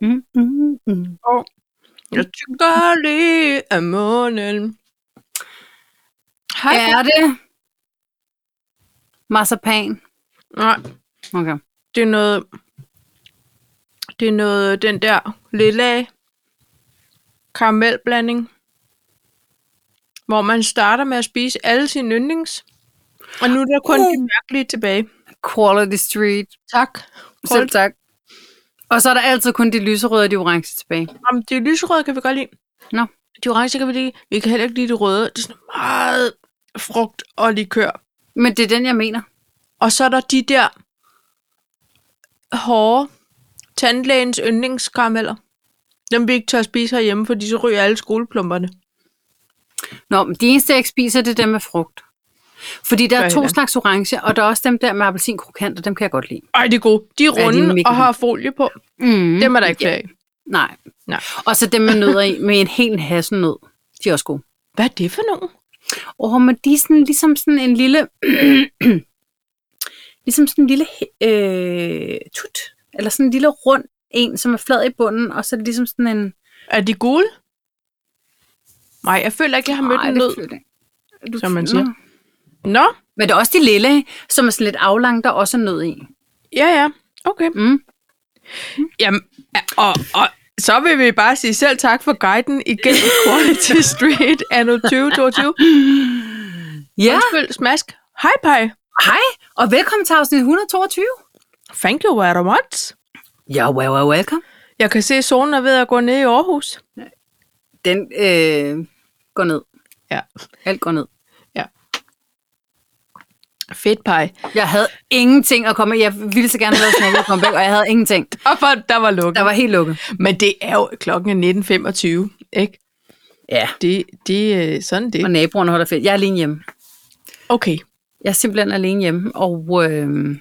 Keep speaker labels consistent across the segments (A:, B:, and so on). A: Mm-hmm.
B: Jeg tykker lige af månen. Hej. Ja.
A: Er det marcipan?
B: Nej,
A: Okay.
B: det er noget... Det er noget, den der lilla karamelblanding, hvor man starter med at spise alle sine yndlings, og nu er der kun
A: Uh.
B: de mærkelige tilbage.
A: Quality Street.
B: Tak.
A: Selv tak. Og så er der altid kun de lyserøde og de orange tilbage.
B: Om det lyserøde kan vi godt lide.
A: Nå.
B: De orange kan vi lide. Vi kan heller ikke lide det røde. Det er sådan meget frugt og likør.
A: Men det er den, jeg mener.
B: Og så er der de der hårde tandlægens yndlingskarameller. Dem vi ikke tør spise herhjemme, fordi så ryger alle skoleplumperne.
A: Nå, men de eneste, jeg ikke spiser, det er dem med frugt. Fordi der
B: Gør
A: er to
B: heller.
A: slags orange, og der er også dem der med appelsinkrokant, og dem kan jeg godt lide.
B: Ej, det er gode. De er
A: de er
B: runde
A: mega
B: og har folie på.
A: Mm.
B: Dem er der ikke flere af.
A: Nej.
B: Nej.
A: Og så dem med nødder i, med en hel hasselnød. De er også gode.
B: Hvad er det for nogen?
A: Åh, men de er sådan, ligesom sådan en lille... ligesom sådan en lille øh, tut. Eller sådan en lille rund en, som er flad i bunden, og så er det ligesom sådan en...
B: Er de gule? Nej, jeg føler ikke, jeg har mødt
A: Ej,
B: en
A: det
B: nød.
A: føler jeg ikke. Du-
B: Som man
A: Nå.
B: siger. Nå,
A: Men der er også de lille, som er sådan lidt aflange, der også er nød i.
B: ja ja. Okay.
A: Mm.
B: Jamen, og, og så vil vi bare sige selv tak for guiden igen Quality Street anno 2022.
A: Ja,
B: Undskyld, smask. Hej, pej.
A: hej, og velkommen til afsnit 122.
B: Thank you very much.
A: Ja, well, well, welcome.
B: Jeg kan se, at solen er ved at gå ned i Aarhus.
A: Den øh, går ned.
B: Ja.
A: Alt går ned.
B: Fedt, pej.
A: Jeg havde ingenting at komme Jeg ville så gerne have lavet snakket komme væk, og jeg havde ingenting.
B: Og for, der var lukket.
A: Der var helt lukket.
B: Men det er jo klokken er 19.25, ikke?
A: Ja.
B: Det, det er sådan
A: Og
B: det.
A: naboerne holder fedt. Jeg er alene hjemme.
B: Okay,
A: Jeg er simpelthen alene hjemme, og øh,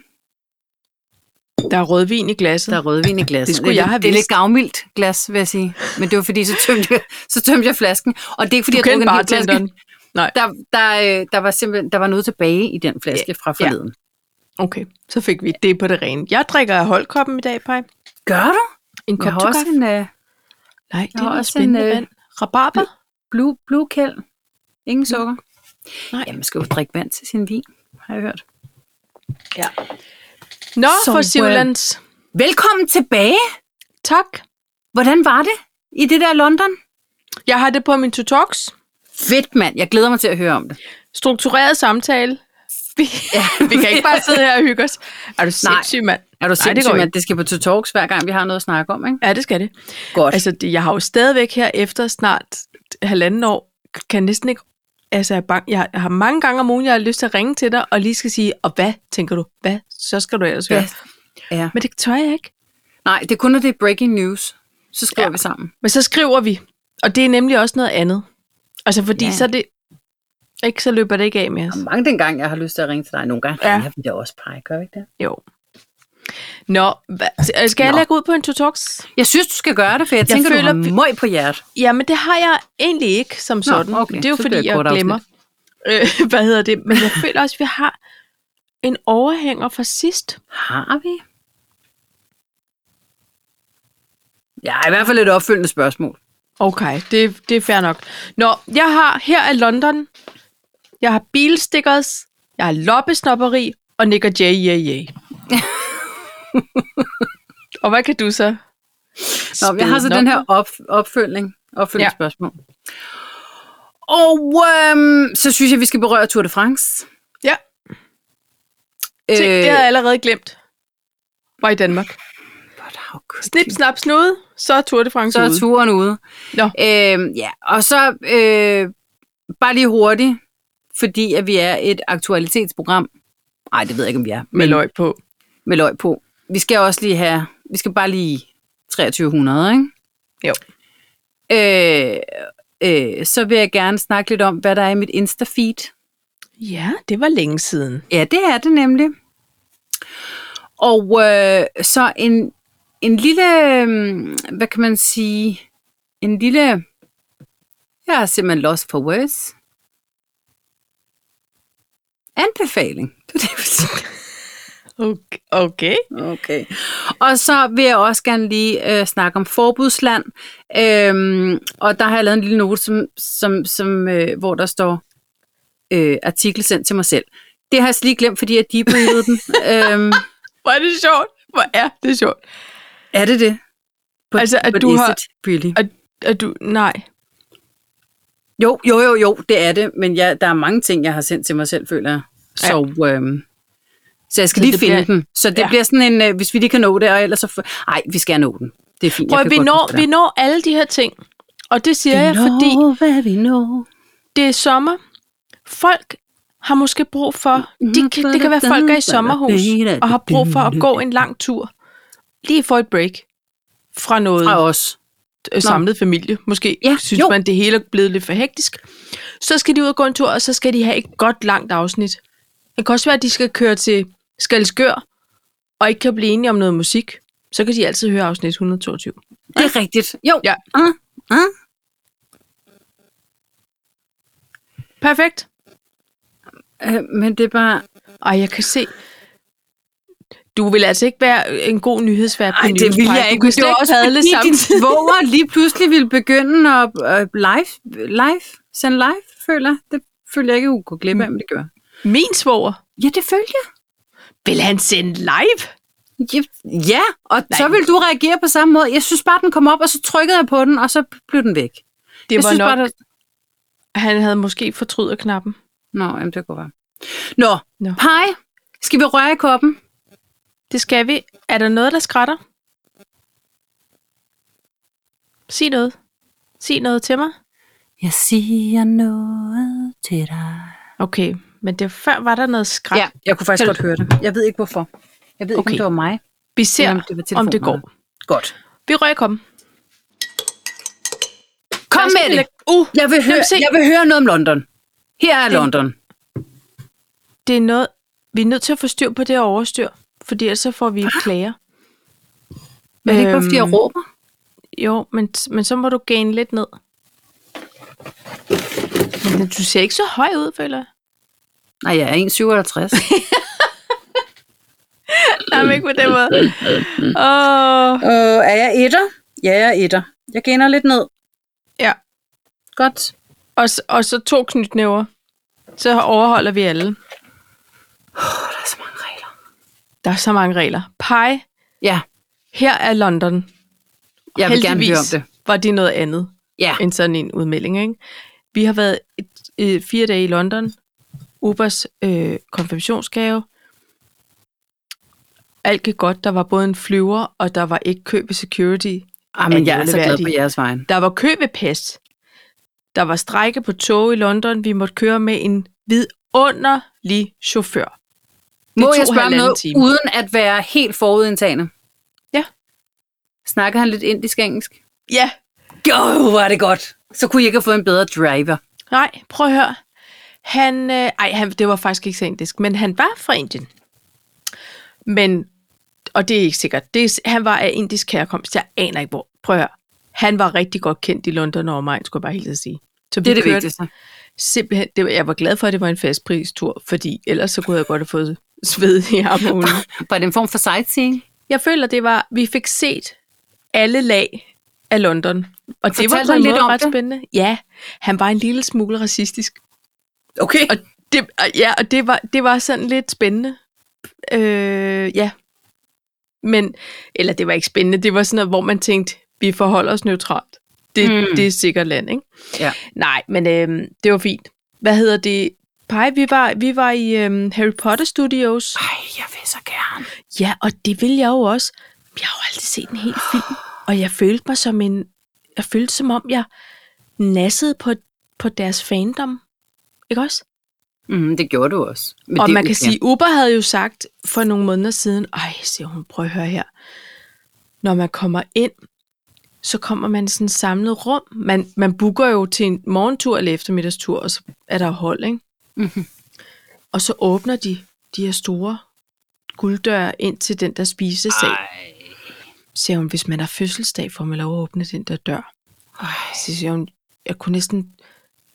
B: der er rødvin i glasset.
A: der er rødvin i glasset.
B: Det skulle
A: er
B: jeg
A: lidt-
B: have
A: Det er lidt
B: vidst.
A: gavmildt glas, vil jeg sige. Men det var fordi, så tømte jeg, så tømte jeg flasken. Og det er ikke fordi,
B: du
A: jeg drukker
B: kender
A: en hel flaske.
B: bartenderen. Nej,
A: Der, der, øh, der, var simpelthen der var noget tilbage i den flaske fra forleden.
B: okay. Så fik vi det på det rene. Jeg drikker af holdkoppen i dag, pej.
A: Gør du?
B: En
A: Jeg
B: kop
A: har også
B: tukaf.
A: en øh,
B: Nej, det
A: har
B: er noget
A: også en,
B: spændende
A: øh,
B: vand. Rabarber?
A: blue, blue kæld. Ingen sukker.
B: Nej.
A: Ja, man skal jo drikke vand til sin vin, har jeg hørt.
B: Nå,
A: Så,
B: for
A: øh,
B: Sivlands.
A: Velkommen tilbage.
B: Tak.
A: Hvordan var det i det der London?
B: Jeg har det på min to talks.
A: Fedt, mand. Jeg glæder mig til at høre om det.
B: Struktureret samtale. Vi, ja. vi kan ikke bare sidde her og hygge os. Er du sindssyg, mand?
A: Er du
B: det går
A: sindssyg,
B: ikke.
A: mand? Det skal på to talks hver gang, vi har noget at snakke om, ikke?
B: Ja, det skal det.
A: Godt. Altså,
B: Altså, det, jeg har jo stadigvæk her efter snart halvanden år, kan næsten ikke... Altså, jeg, er bange, jeg har mange gange om ugen, jeg har lyst til at ringe til dig, og lige skal sige, og hvad tænker du? Hvad? Så skal du ellers høre.
A: ja. ja.
B: Men det tør jeg ikke.
A: Nej, det er kun, når det er breaking news. Så skriver ja. vi sammen.
B: Men så skriver vi, og det er nemlig også noget andet. Altså, fordi
A: Ja.
B: ja. så er det... Ikke, så løber det ikke af med os.
A: Mange dengang, jeg har lyst til at ringe til dig. Nogle gange
B: Ja.
A: ja. ringer vi da også, Paj. Gør vi ikke det?
B: Jo. Nå, hva, skal jeg
A: Nå.
B: lægge ud på en to-talks?
A: Jeg synes, du skal gøre det, for jeg,
B: Jeg
A: jeg tænker,
B: føler,
A: føler, du har møg på hjertet.
B: Jamen, det har jeg egentlig ikke som sådan.
A: okay.
B: Det er jo
A: Så bliver
B: fordi,
A: det et
B: jeg
A: kort
B: glemmer. Øh, hvad hedder det? Men jeg føler også, at vi har en overhænger fra sidst.
A: Har vi? Ja, i hvert fald et opfølgende spørgsmål.
B: Okay, det, det er fair nok. Nå, jeg har her i London, jeg har bilstickers, jeg har loppesnopperi og nikker J, ja, ja. Og hvad kan du så?
A: Nå, jeg har så
B: Spæde
A: den
B: nok.
A: her op, opfølgning, opfølgende
B: Ja.
A: ja. spørgsmål. Og øhm, så synes jeg, vi skal berøre Tour de France.
B: Ja.
A: Øh,
B: Ting, det har jeg allerede glemt. Var i Danmark. Snip, snap, snude, så er Tour de France
A: så er
B: ude.
A: turen ude.
B: Nå.
A: Øhm, ja, og så øh, bare lige hurtigt, fordi at vi er et aktualitetsprogram. Nej, det ved jeg ikke, om vi er.
B: med løg på.
A: med løg på. Vi skal også lige have, vi skal bare lige 2300, ikke?
B: Jo.
A: Øh, øh, så vil jeg gerne snakke lidt om, hvad der er i mit Insta-feed.
B: Ja, det var længe siden.
A: Ja, det er det nemlig. Og øh, så en, en lille, øhm, hvad kan man sige, en lille, jeg har simpelthen lost for words. Anbefaling. Det er det, jeg vil sige.
B: Okay. okay.
A: Okay. Og så vil jeg også gerne lige øh, snakke om forbudsland. Øhm, og der har jeg lavet en lille note, som, som, som, øh, hvor der står øh, artikel sendt til mig selv. Det har jeg slet lige glemt, fordi jeg debriefede den. øhm,
B: Hvor er det sjovt. Hvor er det sjovt.
A: er det det? But,
B: Altså, at
A: but
B: du
A: is
B: har-
A: It really?
B: Og, og du, nej.
A: Jo, jo, jo, jo, det er det. Men jeg, der er mange ting, jeg har sendt til mig selv, føler jeg. Så, øhm, så jeg skal
B: Så
A: så lige
B: det
A: finde
B: bliver-
A: den. Så det
B: Ja.
A: ja. bliver sådan en, øh, hvis vi lige kan nå det, og ellers så... f- Ej, vi skal nå den. Det er fint.
B: Prøv,
A: jeg kan
B: at, vi,
A: godt
B: når,
A: huske
B: vi
A: det.
B: når alle de her ting. Og det siger jeg,
A: Vi når,
B: fordi
A: hvad vi når.
B: det er sommer. Folk har måske brug for,
A: Mm-hmm.
B: de kan, det kan være, at folk er i sommerhus og har brug for at gå en lang tur. Lige få et break fra noget
A: Og os.
B: øh, samlet familie. Måske ja,
A: Ja,
B: synes jo.
A: jo.
B: man, det hele er blevet lidt for hektisk. Så skal de ud og gå en tur, og så skal de have et godt langt afsnit. Det kan også være, at de skal køre til Skalskør, og ikke kan blive enige om noget musik. Så kan de altid høre afsnit 122.
A: Det er rigtigt. Jo.
B: Ja.
A: Ah, ah.
B: Perfekt.
A: Øh, men det er bare...
B: Og jeg kan se... Du vil altså ikke være en god nyhedsvært på
A: Ej, det vil jeg ikke.
B: Du kan slet ikke padle
A: fordi din
B: samtidig.
A: svoger lige pludselig ville begynde at øh, live, live, sende live, føler jeg. Det føler jeg ikke, hun kunne glemme, mm. det gør.
B: Min svoger.
A: Ja, det følger jeg.
B: Vil han sende live?
A: Ja, Ja, og Nej. så vil du reagere på samme måde. Jeg synes bare, den kom op, og så trykkede jeg på den, og så blev den væk.
B: Det
A: jeg
B: var
A: synes
B: nok...
A: Bare, der...
B: Han havde måske fortryder knappen.
A: Nå, jamen, det kunne være. Nå,
B: Nå.
A: no. pej. Skal vi røre i koppen?
B: Det skal vi. Er der noget, der skrætter? Sig noget. Sig noget til mig.
A: Jeg siger noget til dig.
B: Okay, men det før var der noget skræt.
A: Ja, jeg kunne faktisk
B: Kan
A: godt høre det. Jeg ved ikke hvorfor. Jeg ved okay.
B: Okay.
A: ikke, om det var mig.
B: Vi ser,
A: Jamen, det var
B: det om det går.
A: telefonen. Godt.
B: Vi rører kom.
A: Kom med det.
B: Uh,
A: Jeg vil, høre,
B: se.
A: jeg vil høre noget om London. Her er
B: Det-
A: London.
B: det er noget, vi er nødt til at få styr på det her overstyr, fordi ellers så får vi klager.
A: Men er det ikke bare, fordi jeg råber?
B: Jo, men, men så må du gane lidt ned. Men du ser ikke så høj ud, føler jeg.
A: Nej, jeg er 1,57.
B: Nej, men ikke på den måde. Åh, oh,
A: øh, er jeg etter? Ja, jeg er etter. Jeg gener lidt ned.
B: ja.
A: Godt.
B: Og, s- og så to knytnæver. Så overholder vi alle.
A: Oh, der er så mange regler.
B: Der er så mange regler. Pej,
A: Ja,
B: her er London.
A: jeg vil gerne høre om det.
B: var det noget andet
A: Ja,
B: end sådan en udmelding. Ikke? Vi har været et, øh, fire dage i London. Ubers øh, konfirmationsgave. Alt gik godt. Der var både en flyver, og der var ikke kø ved security.
A: ah, men jeg er så glad
B: Alveværdig.
A: på jeres vejen.
B: Der var kø ved pas. Der var strække på tog i London. Vi måtte køre med en vidunderlig chauffør. Det
A: Må
B: tog
A: jeg spørge om
B: halvanden
A: noget,
B: time.
A: uden at være helt forudindtagende?
B: Ja.
A: Snakker han lidt indisk-engelsk?
B: Ja,
A: Jo, var det godt. Så kunne I ikke have fået en bedre driver.
B: nej, prøv at høre. Han, øh, ej, han, det var faktisk ikke så indisk, men han var fra Indien. Men, og det er ikke sikkert, det er, han var af indisk herkomst, jeg aner ikke hvor. Prøv at høre. Han var rigtig godt kendt i London og omegn, skulle jeg bare helt at sige. Så vi
A: Det er det
B: kørte
A: vigtigste.
B: Simpelthen, det, var- jeg var glad for, at det var en fastpristur, fordi ellers så kunne jeg godt have fået sved i armhulen.
A: Var det en form for sightseeing?
B: Jeg føler, det var, vi fik set alle lag af London. Og det var
A: Fortalte
B: på en
A: han lidt
B: måde
A: om
B: ret
A: det?
B: spændende. Ja, han var en lille smule racistisk.
A: Okay.
B: Og det, og ja, og det var, det var sådan lidt spændende. Øh, ja. Men, eller det var ikke spændende, det var sådan noget, hvor man tænkte, vi forholder os neutralt. Det, mm.
A: Mm.
B: det er sikkert land, ikke?
A: Ja.
B: Nej, men øh, det var fint. Hvad hedder det? Pej, vi var, vi var i øh, Harry Potter Studios.
A: Ej, jeg vil så gerne.
B: Ja, og det ville jeg jo også. Jeg har jo aldrig set en hel film, og jeg følte mig som en... Jeg følte som om, jeg nassede på, på deres fandom. Ikke også?
A: Mm, det gjorde du også. Men
B: og
A: det er
B: man kan
A: okay.
B: sige, Uber havde jo sagt for nogle måneder siden, ej, siger hun, prøv at høre her. Når man kommer ind, så kommer man i sådan et samlet rum. Man, man booker jo til en morgentur eller eftermiddagstur, og så er der hold, ikke?
A: Mhm.
B: Og så åbner de de her store gulddøre ind til den der spisesal.
A: Ej.
B: siger hun, hvis man har fødselsdag, får man lov at åbne den der dør. Så siger hun, jeg kunne næsten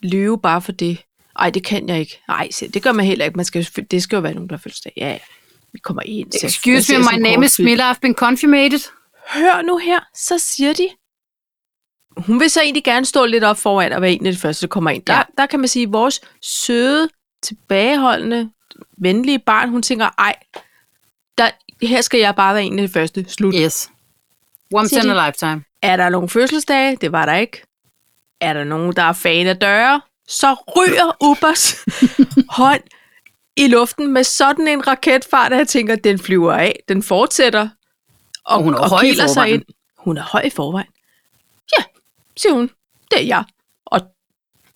B: løbe bare for det. Ej, det kan jeg ikke. Nej, det gør man heller ikke. Man skal, jo selvfø- det skal jo være nogen, der har fødselsdag. Ja, ja. vi kommer ind. så-
A: Excuse
B: jeg
A: me,
B: ser
A: my
B: sådan
A: name
B: kort
A: is
B: ud.
A: Miller, I've been confirmated.
B: Hør nu her, så siger de, hun vil så egentlig gerne stå lidt op foran og være en af de første, der kommer ind. Der,
A: Ja.
B: ja. der kan man sige, at vores søde, tilbageholdende, venlige barn, hun tænker, ej, der, her skal jeg bare være en af de første. Slut.
A: Yes. Once
B: Siger
A: in
B: de.
A: a lifetime.
B: Er der nogen fødselsdage? Det var der ikke. Er der nogen, der er fan af døre? Så ryger Ubers hånd i luften med sådan en raketfart, at jeg tænker, den flyver af. Den fortsætter.
A: Og hun er høj i
B: kiler
A: forvejen.
B: Hun er høj i forvejen. Ja, siger hun. Det er jeg. Og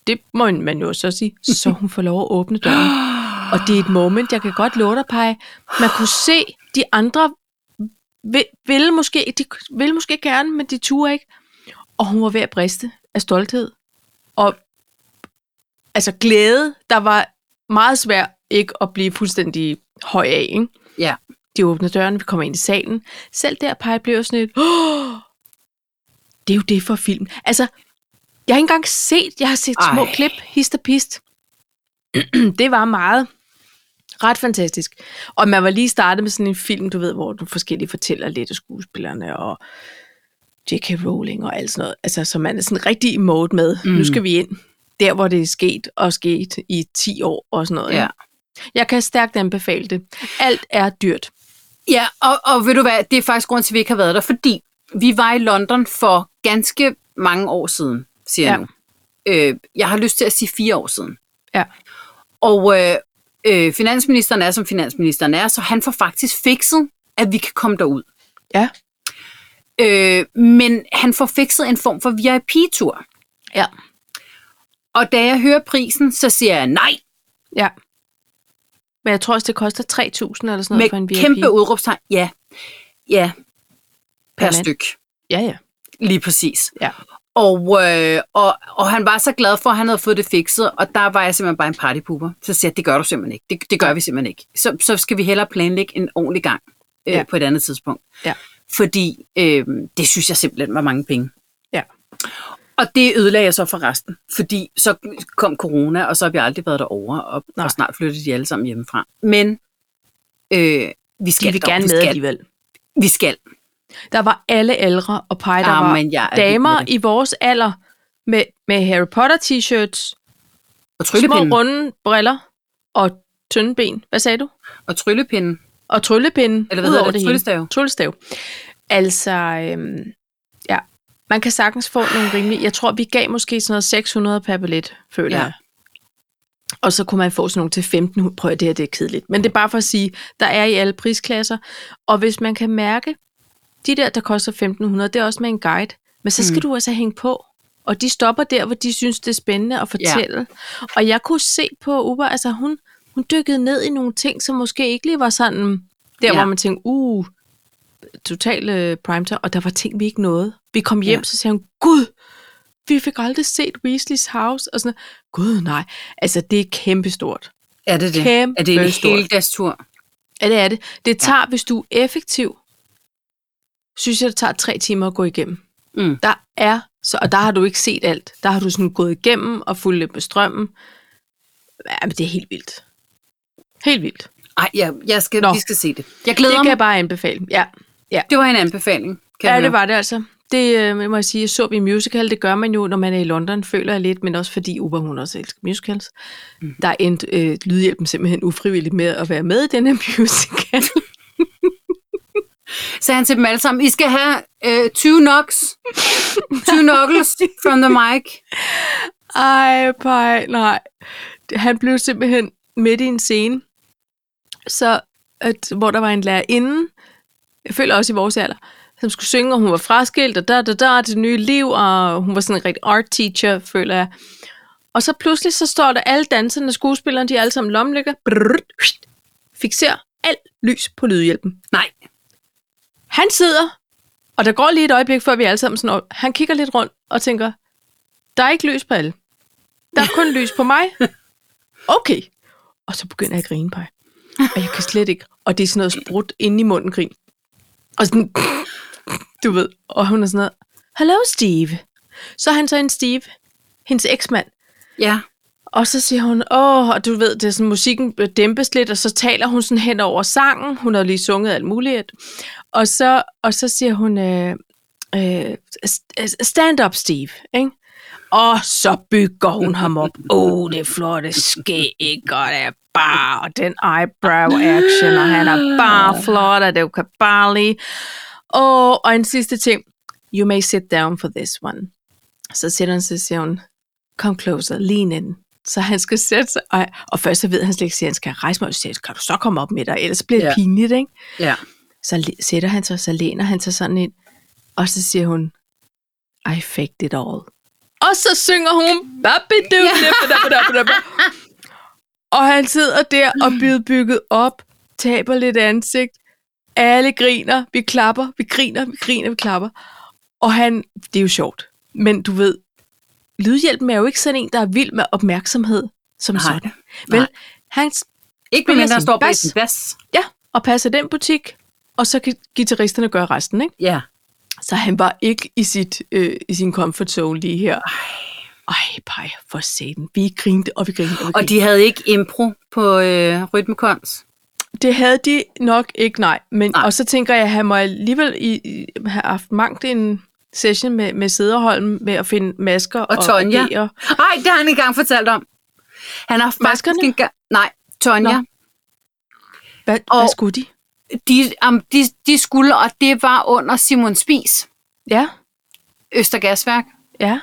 B: det må man jo så sige. Så hun får lov at åbne døren. Og det er et moment, jeg kan godt love dig, Paj. Man kunne se, de andre vil, ville, måske, de ville måske gerne, men de turde ikke. Og hun var ved at briste af stolthed. Og altså glæde, der var meget svært ikke at blive fuldstændig høj af. Ikke?
A: Ja.
B: De åbner døren, vi kommer ind i salen. Selv der, Paj, blev jeg sådan et... Oh, det er jo det for film. Altså, jeg har ikke engang set, jeg har set Ej. små
A: Ej.
B: klip, hist og pist. det var meget ret fantastisk. Og man var lige startet med sådan en film, du ved, hvor du forskellige fortæller lidt af skuespillerne og J.K. Rowling og alt sådan noget. Altså, så man er sådan rigtig i mode med, mm. nu skal vi ind der, hvor det er sket og sket i 10 år og sådan noget.
A: Ja.
B: Jeg kan stærkt anbefale det. Alt er dyrt.
A: Ja, og, og ved du hvad, det er faktisk grund til, at vi ikke har været der, fordi vi var i London for ganske mange år siden, siger ja. jeg nu. Øh, jeg har lyst til at sige fire år siden.
B: Ja.
A: Og øh, øh, finansministeren er, som finansministeren er, så han får faktisk fikset, at vi kan komme derud.
B: Ja.
A: Øh, men han får fikset en form for VIP-tur.
B: Ja.
A: Og da jeg hører prisen, så siger jeg nej,
B: Ja. Men jeg tror også, det koster 3.000 eller sådan noget for en
A: med
B: VIP.
A: kæmpe udråbstegn. Ja, ja, per
B: Per mand.
A: styk,
B: Ja, ja.
A: lige præcis.
B: Ja.
A: Og, øh, og, og han var så glad for, at han havde fået det fikset, og der var jeg simpelthen bare en partypooper. Så siger jeg, det gør du simpelthen ikke. Det, det gør vi simpelthen ikke. Så, så skal vi hellere planlægge en ordentlig gang øh,
B: Ja.
A: ja. på et andet tidspunkt.
B: Ja.
A: Fordi øh, det synes jeg simpelthen var mange penge.
B: Ja.
A: Og det ødelagde jeg så for resten, fordi så kom corona, og så har vi aldrig været derovre, og,
B: Nej.
A: og snart flyttede de alle sammen hjemmefra. Men øh, vi skal
B: De vil
A: dog,
B: gerne
A: vi
B: med
A: skal,
B: alligevel.
A: vi skal.
B: Der var alle ældre og pej, der
A: Ah,
B: var
A: men jeg er vild med
B: damer
A: det.
B: i vores alder med, med Harry Potter t-shirts,
A: Og
B: små
A: tryllepinde.
B: runde briller og tynde ben. Hvad sagde du?
A: Og tryllepinde.
B: Og tryllepinde.
A: Eller hvad
B: ud
A: hedder
B: over
A: det?
B: hele.
A: Tryllestav.
B: Tryllestav. Altså, øhm, ja. Man kan sagtens få nogle rimelige... Jeg tror, vi gav måske sådan noget 600 per billet, føler
A: Ja.
B: ja. jeg. Og så kunne man få sådan nogle til 1500. Prøv at det her, det er kedeligt. Men det er bare for at sige, der er i alle prisklasser. Og hvis man kan mærke, de der, der koster 1500, det er også med en guide. Men så skal mm. du altså hænge på. Og de stopper der, hvor de synes, det er spændende at fortælle. Ja. Og jeg kunne se på Uber, altså hun, hun dykkede ned i nogle ting, som måske ikke lige var sådan, der
A: Ja.
B: ja. hvor man tænkte, uh, total øh, prime time, og der var ting, vi ikke nåede. Vi kom hjem,
A: Ja.
B: ja. så sagde hun, Gud, vi fik aldrig set Weasleys house, og sådan noget. Gud, nej. Altså, det er kæmpestort.
A: Er det det?
B: Kæmpe
A: er det en
B: stor.
A: hel dags tur?
B: Ja, det er det. Det tager, ja. hvis du er effektiv, synes jeg, det tager tre timer at gå igennem.
A: Mm.
B: Der er, så, og der har du ikke set alt. Der har du sådan gået igennem og fulgt lidt med strømmen. Jamen, det er helt vildt. Helt vildt.
A: Ej, jeg, jeg skal,
B: Nå.
A: vi skal se det. Jeg
B: Det
A: glæder
B: kan
A: mig.
B: jeg bare anbefale. Ja,
A: Det var en anbefaling. Kan
B: ja
A: jeg
B: det
A: høre.
B: var det altså. Det øh, må jeg sige, jeg så i musical, det gør man jo, når man er i London, føler jeg lidt, men også fordi Uber, hun også elsker musicals.
A: Mhm.
B: Mm. Der endte øh, Lydhjælpen simpelthen ufrivilligt med at være med i denne musical.
A: Sagde han til dem alle sammen, I skal have øh, 20 knocks. 20 knuckles from the mic.
B: Ej, pej, nej. Han blev simpelthen midt i en scene, så, at, hvor der var en lærerinde, jeg føler også i vores alder, som skulle synge, og hun var fraskilt, og da, da, da, det nye liv, og hun var sådan en rigtig art teacher, føler jeg. Og så pludselig, så står der alle danserne og skuespillerne, de er alle sammen lommelykker, fixerer alt lys på lydhjælpen.
A: Nej.
B: Han sidder, og der går lige et øjeblik, før vi alle sammen sådan, og han kigger lidt rundt og tænker, der er ikke lys på alle. Der er kun lys på mig. Okay. Og så begynder jeg at grine på jer. Og jeg kan slet ikke. Og det er sådan noget sprudt inde i munden grin. Og sådan, du ved. Og hun er sådan noget, hello Steve. Så er han så en Steve, hendes eksmand.
A: Ja.
B: Og så siger hun, åh, og du ved, det er sådan, musikken dæmpes lidt, og så taler hun sådan hen over sangen. Hun har jo lige sunget alt muligt. Og så, og så siger hun, øh, øh, st- stand up, Steve. Ikke? Og så bygger hun ham op. Åh, oh, det er flotte skæg, og det er bare, og den eyebrow action, og han er bare flot, og det kan bare lige. Og, og en sidste ting. You may sit down for this one. Så sætter han sig og siger hun, kom closer, lean in. Så han skal sætte sig, og, og først så ved han slet ikke, at han skal rejse mig, og så siger, kan du så komme op med dig, ellers bliver det
A: Ja.
B: yeah. pinligt, ikke?
A: Ja.
B: Så le- sætter han sig, så læner han sig sådan ind, og så siger hun, I faked it all. Og så synger hun, "Babidoo, dibbidabbidabbidabba." og han sidder der og bliver bygget op, taber lidt ansigt, alle griner, vi klapper, vi griner, vi griner, vi klapper. Og han, det er jo sjovt, men du ved, lydhjælpen er jo ikke sådan en, der er vild med opmærksomhed som
A: Nej.
B: sådan. Vel,
A: Nej.
B: han
A: Ikke med mindre,
B: sin
A: der står på
B: bas.
A: sin bas.
B: Ja, og passer den butik, og så kan guitaristerne gøre resten, ikke?
A: Ja.
B: Så han var ikke i, sit, øh, i sin comfort zone lige her. Ej, pej, for satan. Vi grinte, og vi grinte, og vi
A: Og
B: grinte.
A: de havde ikke impro på øh, rytmekons.
B: Det havde de nok ikke, nej. Men,
A: Nej.
B: nej. Og så tænker jeg, at han må alligevel i, i, have haft mangt en session med, med Sederholm med at finde masker
A: Og Tonja.
B: agere.
A: Nej, det har han ikke engang fortalt om. Han har faktisk
B: Maskerne?
A: engang... Nej, Tonja.
B: Nå. Hvad, og,
A: Og-
B: hvad skulle de?
A: De, um, de, de skulle, og det var under Simon Spis,
B: Ja,
A: Østergasværk,
B: ja,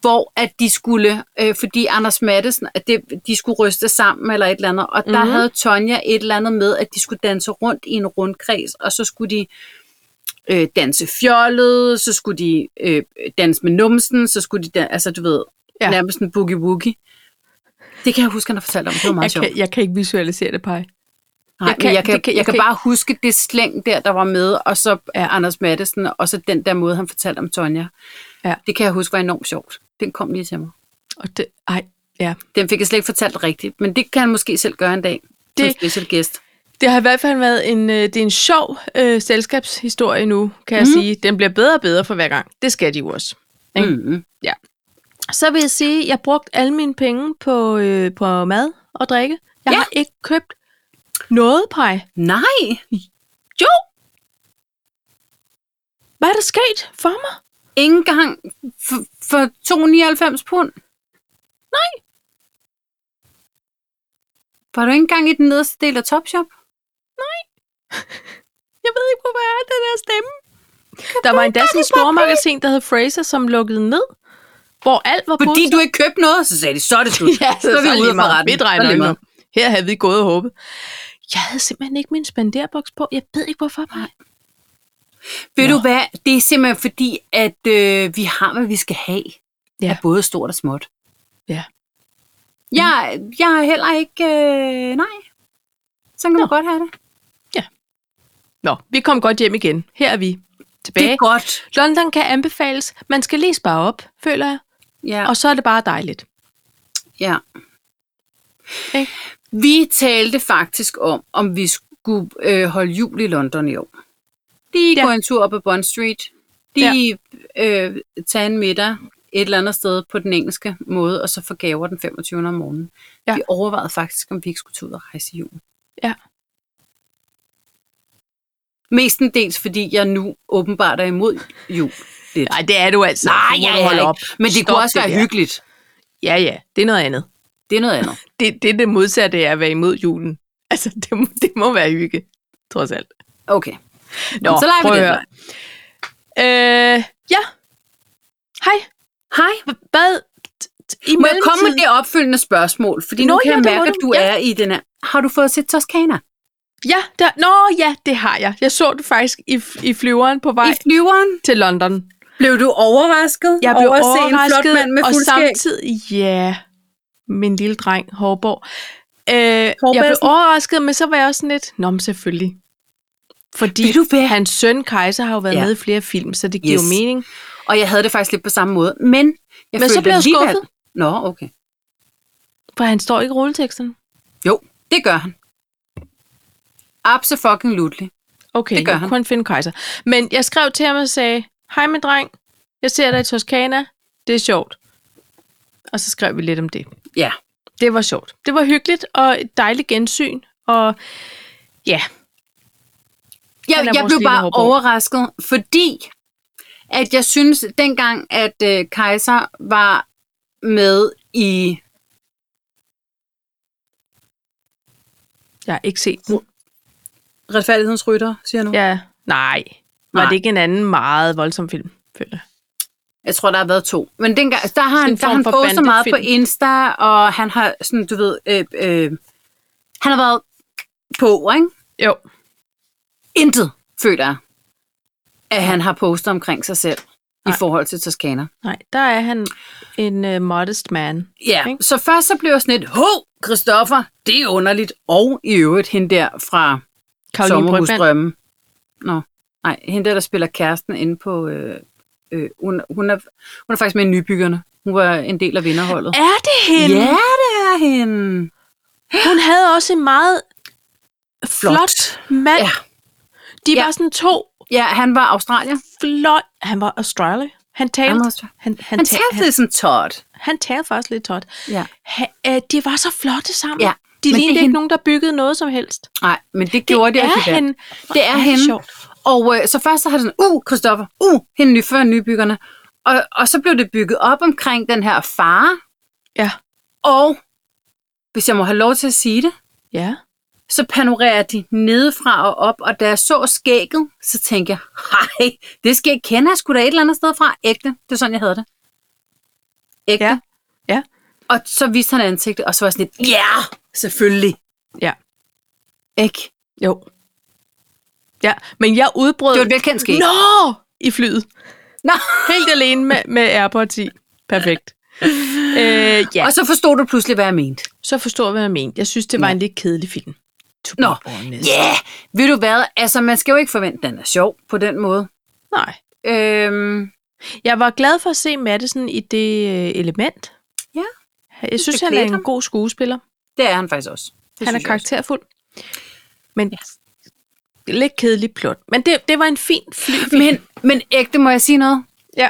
A: hvor at de skulle, øh, fordi Anders Mattesen, at det, de skulle ryste sammen eller et eller andet, og der
B: Mhm.
A: havde Tonja et eller andet med, at de skulle danse rundt i en rundkreds, og så skulle de øh, danse fjollet, så skulle de øh, danse med numsen, så skulle de, dan- altså du ved, ja.
B: Ja.
A: nærmest en boogie-woogie. Det kan jeg huske, han har fortalt om, det var meget
B: jeg
A: sjovt.
B: kan, jeg kan ikke visualisere det, pej.
A: Nej, jeg kan, jeg, kan, jeg, kan, jeg kan
B: ikke-
A: bare huske det slæng der, der var med, og så ja.
B: Ja.
A: Anders Mattesen, og så den der måde, han fortalte om Tonja.
B: Ja.
A: Det kan jeg huske var enormt sjovt. Den kom lige til mig.
B: Og det, ej, ja.
A: Den fik jeg slet ikke fortalt rigtigt, men det kan han måske selv gøre en dag det... som
B: Det-
A: special guest.
B: Det har i hvert fald været en, øh, det er en sjov øh, selskabshistorie nu, kan
A: Mhm.
B: jeg sige. Den bliver bedre og bedre for hver gang. Det skal de jo også. Ikke?
A: Mm-hmm.
B: Så vil jeg sige, at jeg brugte alle mine penge på, øh, på mad og drikke. Jeg
A: Ja.
B: ja. har ikke købt noget pej.
A: Nej,
B: Jo! Hvad er der sket for mig?
A: ingen gang for, for 299 pund. Nej. Var du ikke engang i den nederste del af Topshop?
B: Jeg ved ikke, hvor er den der stemme. Der var endda sådan et stormagasin, der hed Fraser, som lukkede ned, hvor alt var
A: Fordi
B: positivt.
A: du ikke købte noget, så sagde de, så er det slut.
B: ja, så, så er vi ude fra retten. Vi
A: Så er
B: drejer
A: det lige
B: nøglen
A: meget.
B: om. Her havde vi gået og håbet. Jeg havde simpelthen ikke min spanderboks på. Jeg ved ikke, hvorfor. Nej.
A: Ved
B: Nå.
A: du hvad, det er simpelthen fordi, at øh, vi har, hvad vi skal have. Ja.
B: Ja.
A: Af både stort og småt.
B: Ja.
A: Jeg, jeg er heller ikke... Øh, nej. Sådan kan Nå. man godt have det.
B: Nå, vi kom godt hjem igen. Her er vi
A: Det er
B: tilbage.
A: godt.
B: London kan anbefales. Man skal lige spare op, føler jeg.
A: Ja.
B: Og så er det bare dejligt.
A: ja.
B: Ikke?
A: Vi talte faktisk om, om vi skulle øh, holde jul i London i år. Lige
B: Ja.
A: ja. gå en tur op ad Bond Street. Lige ja. øh, tage en middag et eller andet sted på den engelske måde, og så få gaver den 25. om morgenen. Ja.
B: Ja.
A: Vi overvejede faktisk, om vi ikke skulle tage ud og rejse i julen.
B: Ja.
A: Mestendels, fordi jeg nu åbenbart er imod jul. Lidt.
B: Nej, det er du altså.
A: Nej,
B: Nu må
A: jeg
B: du
A: er
B: holde
A: ikke.
B: op.
A: Men det
B: Stop
A: kunne også
B: det
A: være
B: der.
A: hyggeligt.
B: Ja, ja. Det er noget andet.
A: Det er noget andet.
B: Det, det er det modsatte af at være imod julen. Altså, det, må- det må være hygge, trods alt.
A: Okay.
B: Nå,
A: så leger vi
B: prøv at
A: den
B: høre. Øh, ja. Hej.
A: Hej.
B: Hvad? t- t- I
A: Må jeg komme med
B: mellemtiden-
A: det opfølgende spørgsmål? Fordi nu
B: Nå,
A: kan
B: ja,
A: jeg
B: det må
A: mærke, at
B: du.
A: du
B: Ja.
A: er i den her. Har du fået set Toskana?
B: Ja, der, nå ja, det har jeg. Jeg så det faktisk i, i flyveren på vej
A: I flyveren?
B: til London.
A: Blev du overrasket?
B: Jeg blev
A: over at se
B: overrasket,
A: en flot mand med
B: og
A: fuld skæg?
B: samtidig, ja, min lille dreng, Hårborg. Øh, jeg blev
A: Hårbalsen.
B: overrasket, men så var jeg også sådan lidt, nå, men selvfølgelig. Fordi
A: Ved du hvad?
B: hans søn, Kaiser, har jo været
A: Ja.
B: ja. med i flere film, så det giver
A: Yes.
B: yes. mening.
A: Og jeg havde det faktisk lidt på samme måde. Men jeg
B: Men så
A: følte
B: blev jeg
A: alligevel-
B: skuffet.
A: Nå, okay.
B: For han står ikke i rulleteksten.
A: Jo, det gør han. Absolutely.
B: Okay,
A: Det gør
B: jeg
A: han.
B: kunne finde Kaiser. Men jeg skrev til ham og sagde, hej min dreng, jeg ser dig i Toskana, det er sjovt. Og så skrev vi lidt om det.
A: Ja.
B: det var sjovt. Det var hyggeligt og et dejligt gensyn. Og ja, Han
A: Jeg,
B: er
A: jeg
B: vores
A: blev
B: lille
A: bare
B: Håbo.
A: overrasket, fordi at jeg synes, dengang, at øh, Kaiser var med i...
B: jeg har ikke set den.
A: Retfærdighedens Rytter, siger jeg nu. Ja.
B: Ja, nej. Var
A: Nej.
B: det ikke en anden meget voldsom film, føler jeg?
A: Jeg tror, der har været to. Men dengang, der har han,
B: en
A: der
B: form
A: har han
B: for
A: postet meget på
B: bandefilm.
A: Insta, og han har sådan, du ved... Øh, øh, han har været på, ikke?
B: Jo.
A: Intet, føler jeg, at han har postet omkring sig selv Nej. i
B: Nej.
A: forhold til Toskana.
B: Nej, der er han en uh, modest man.
A: Ja,
B: Ikke?
A: så først så blev jeg sådan lidt, hov, Christoffer, det er underligt. Og i øvrigt hende der fra
B: Karoline Brygman.
A: Sommerhusdrømme. Nå, nej, hende der, der spiller kæresten inde på... Øh, øh, hun, hun, er, hun er faktisk med i Nybyggerne. Hun var en del af vinderholdet.
B: Er det hende?
A: Ja, det er hende.
B: Hun havde også en meget flot,
A: Flot.
B: flot mand.
A: Ja.
B: Ja. De
A: Ja.
B: var sådan to
A: Ja, han var australier.
B: flot... Han var australier. Han talte...
A: Han
B: Han,
A: var
B: han,
A: australier.
B: han,
A: Han
B: ta-
A: talte
B: han,
A: lidt som Todd.
B: han talte faktisk lidt tot.
A: Ja.
B: Ha, øh, de var så flotte sammen.
A: Ja,
B: De
A: men det er
B: lignede ikke
A: hende.
B: nogen, der byggede noget som helst.
A: Nej, men det gjorde det.
B: er
A: alligevel.
B: hende.
A: Det er
B: Hvor
A: hende.
B: sjovt.
A: Og øh, så først så har det sådan, uh, Christoffer, uh, hende ny før nybyggerne. Og, og så blev det bygget op omkring den her far.
B: Ja.
A: Og hvis jeg må have lov til at sige det,
B: Ja.
A: så panorerer de nedefra og op, og da jeg så skægget, så tænkte jeg, hej, det skal jeg kende, jeg skulle da et eller andet sted fra. Ægte, det er sådan, jeg havde det. Ægte.
B: Ja. Ja.
A: Og så viste han ansigtet, og så var jeg sådan lidt, ja, yeah, selvfølgelig.
B: Ja.
A: Ikke?
B: Jo. Ja, men jeg udbrød...
A: Det var et velkendt skæg.
B: Nå! I flyet.
A: Nå.
B: Helt alene med, med Airpods i. Perfekt. øh, ja,
A: Og så forstod du pludselig, hvad jeg mente.
B: så forstår jeg, hvad jeg mente. Jeg synes, det var en lidt kedelig film. To be
A: Nå,
B: honest.
A: Ja, yeah. ved du hvad? Altså, man skal jo ikke forvente, at den er sjov på den måde.
B: Nej.
A: Øhm,
B: Jeg var glad for at se Madison i det øh, element.
A: Ja,
B: Jeg synes, han er
A: klædte
B: en
A: ham.
B: god skuespiller.
A: det er han faktisk også. Det
B: han er
A: synes jeg også.
B: karakterfuld. Men lidt kedelig plot. Men det, det var en fin fly.
A: Men, men ægte, må jeg sige noget?
B: Ja.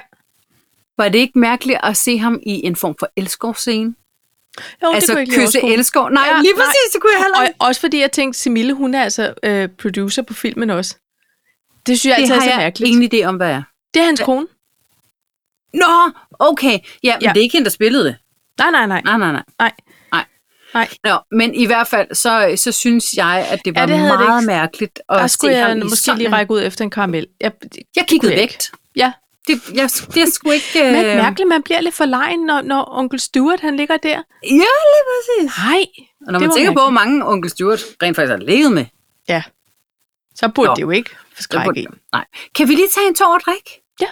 A: Var det ikke mærkeligt at se ham i en form for elskovscene?
B: Jo,
A: altså,
B: det kunne jeg ikke lide
A: kysse
B: overskue.
A: elskov? Nej,
B: Ja,
A: ja, lige
B: nej.
A: præcis, nej. det kunne jeg heller
B: Og
A: ikke.
B: også fordi jeg tænkte, Simille, hun er altså øh, producer på filmen også. Det synes jeg
A: Det
B: altid er så
A: har jeg
B: mærkeligt.
A: ingen idé om, hvad er.
B: Det er hans kone.
A: Nå, okay. Ja, men ja.
B: Ja.
A: det er ikke hende, der spillede det.
B: Nej, nej, nej.
A: Nej, nej, nej.
B: Nej.
A: Nej.
B: Nej.
A: Nå, men i hvert fald, så, så synes jeg, at det var
B: Ja,
A: ja,
B: det
A: det
B: havde det
A: meget
B: ikke.
A: mærkeligt at
B: Der
A: se
B: skulle jeg
A: ham i
B: måske
A: sådan
B: lige
A: en-
B: række ud efter en karamel. Jeg,
A: Jeg kiggede
B: kunne jeg
A: væk.
B: ikke. ja.
A: Det, jeg, det er sgu ikke... Øh...
B: Men mærkeligt, man bliver lidt for lejen, når, når onkel Stuart han ligger der.
A: Ja, lige præcis.
B: Nej.
A: Og når
B: Det
A: man
B: var
A: tænker på, hvor mange onkel Stuart rent faktisk har levet med.
B: Ja. Så burde
A: Nå.
B: det jo ikke
A: så
B: forskrække en.
A: burde- Nej. Kan vi lige tage en tår og drikke?
B: Ja.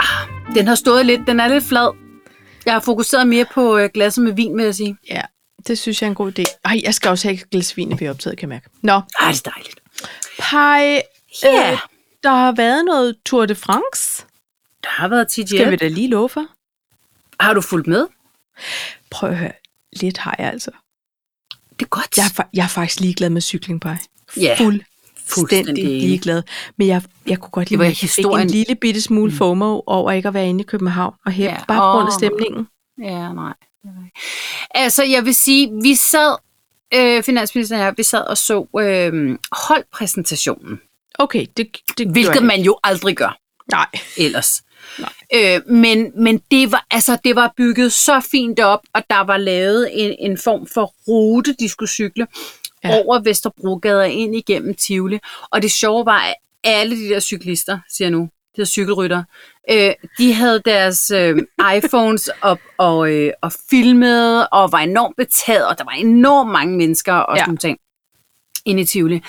A: Ah, Den har stået lidt. Den er lidt flad. Jeg har fokuseret mere på øh, glasset med vin, vil jeg sige.
B: Ja, det synes jeg er en god idé. Ej, jeg skal også have et glas vin, når vi er optaget, kan jeg mærke. Nå,
A: Ej, det er dejligt. Øh,
B: Pai,
A: Ja.
B: der har været noget Tour de France.
A: Der har været tit
B: Skal vi
A: hjælp.
B: da lige love for?
A: Har du fulgt med?
B: Prøv at høre. Lidt har jeg altså.
A: Det er godt.
B: Jeg er, fa- jeg er faktisk ligeglad med cykling, Pai.
A: Ja,
B: Fuldstændig ligeglad. Men jeg, jeg kunne godt lide,
A: var
B: at jeg fik
A: historien. Mm.
B: en lille bitte smule FOMO over ikke at være inde i København og her.
A: Ja,
B: Ja. Bare på grund af
A: åh.
B: stemningen.
A: Ja, nej. Altså, jeg vil sige, vi sad, øh, finansministeren og jeg, vi sad og så øh, holdpræsentationen,
B: Okay, det, det gjorde
A: hvilket
B: jeg
A: man jo aldrig gør
B: ikke. Nej.
A: ellers. Øh, men men det, var, altså, det var bygget så fint op, og der var lavet en, en form for rute, de skulle cykle ja.
B: Ja.
A: over Vesterbrogade og ind igennem Tivoli. Og det sjove var, at alle de der cyklister, siger jeg nu, de der cykelrytter, øh, de havde deres øh, iPhones op og, øh, og filmede og var enormt betaget, og der var enormt mange mennesker og
B: Ja.
A: sådan nogle ting inde i Tivoli.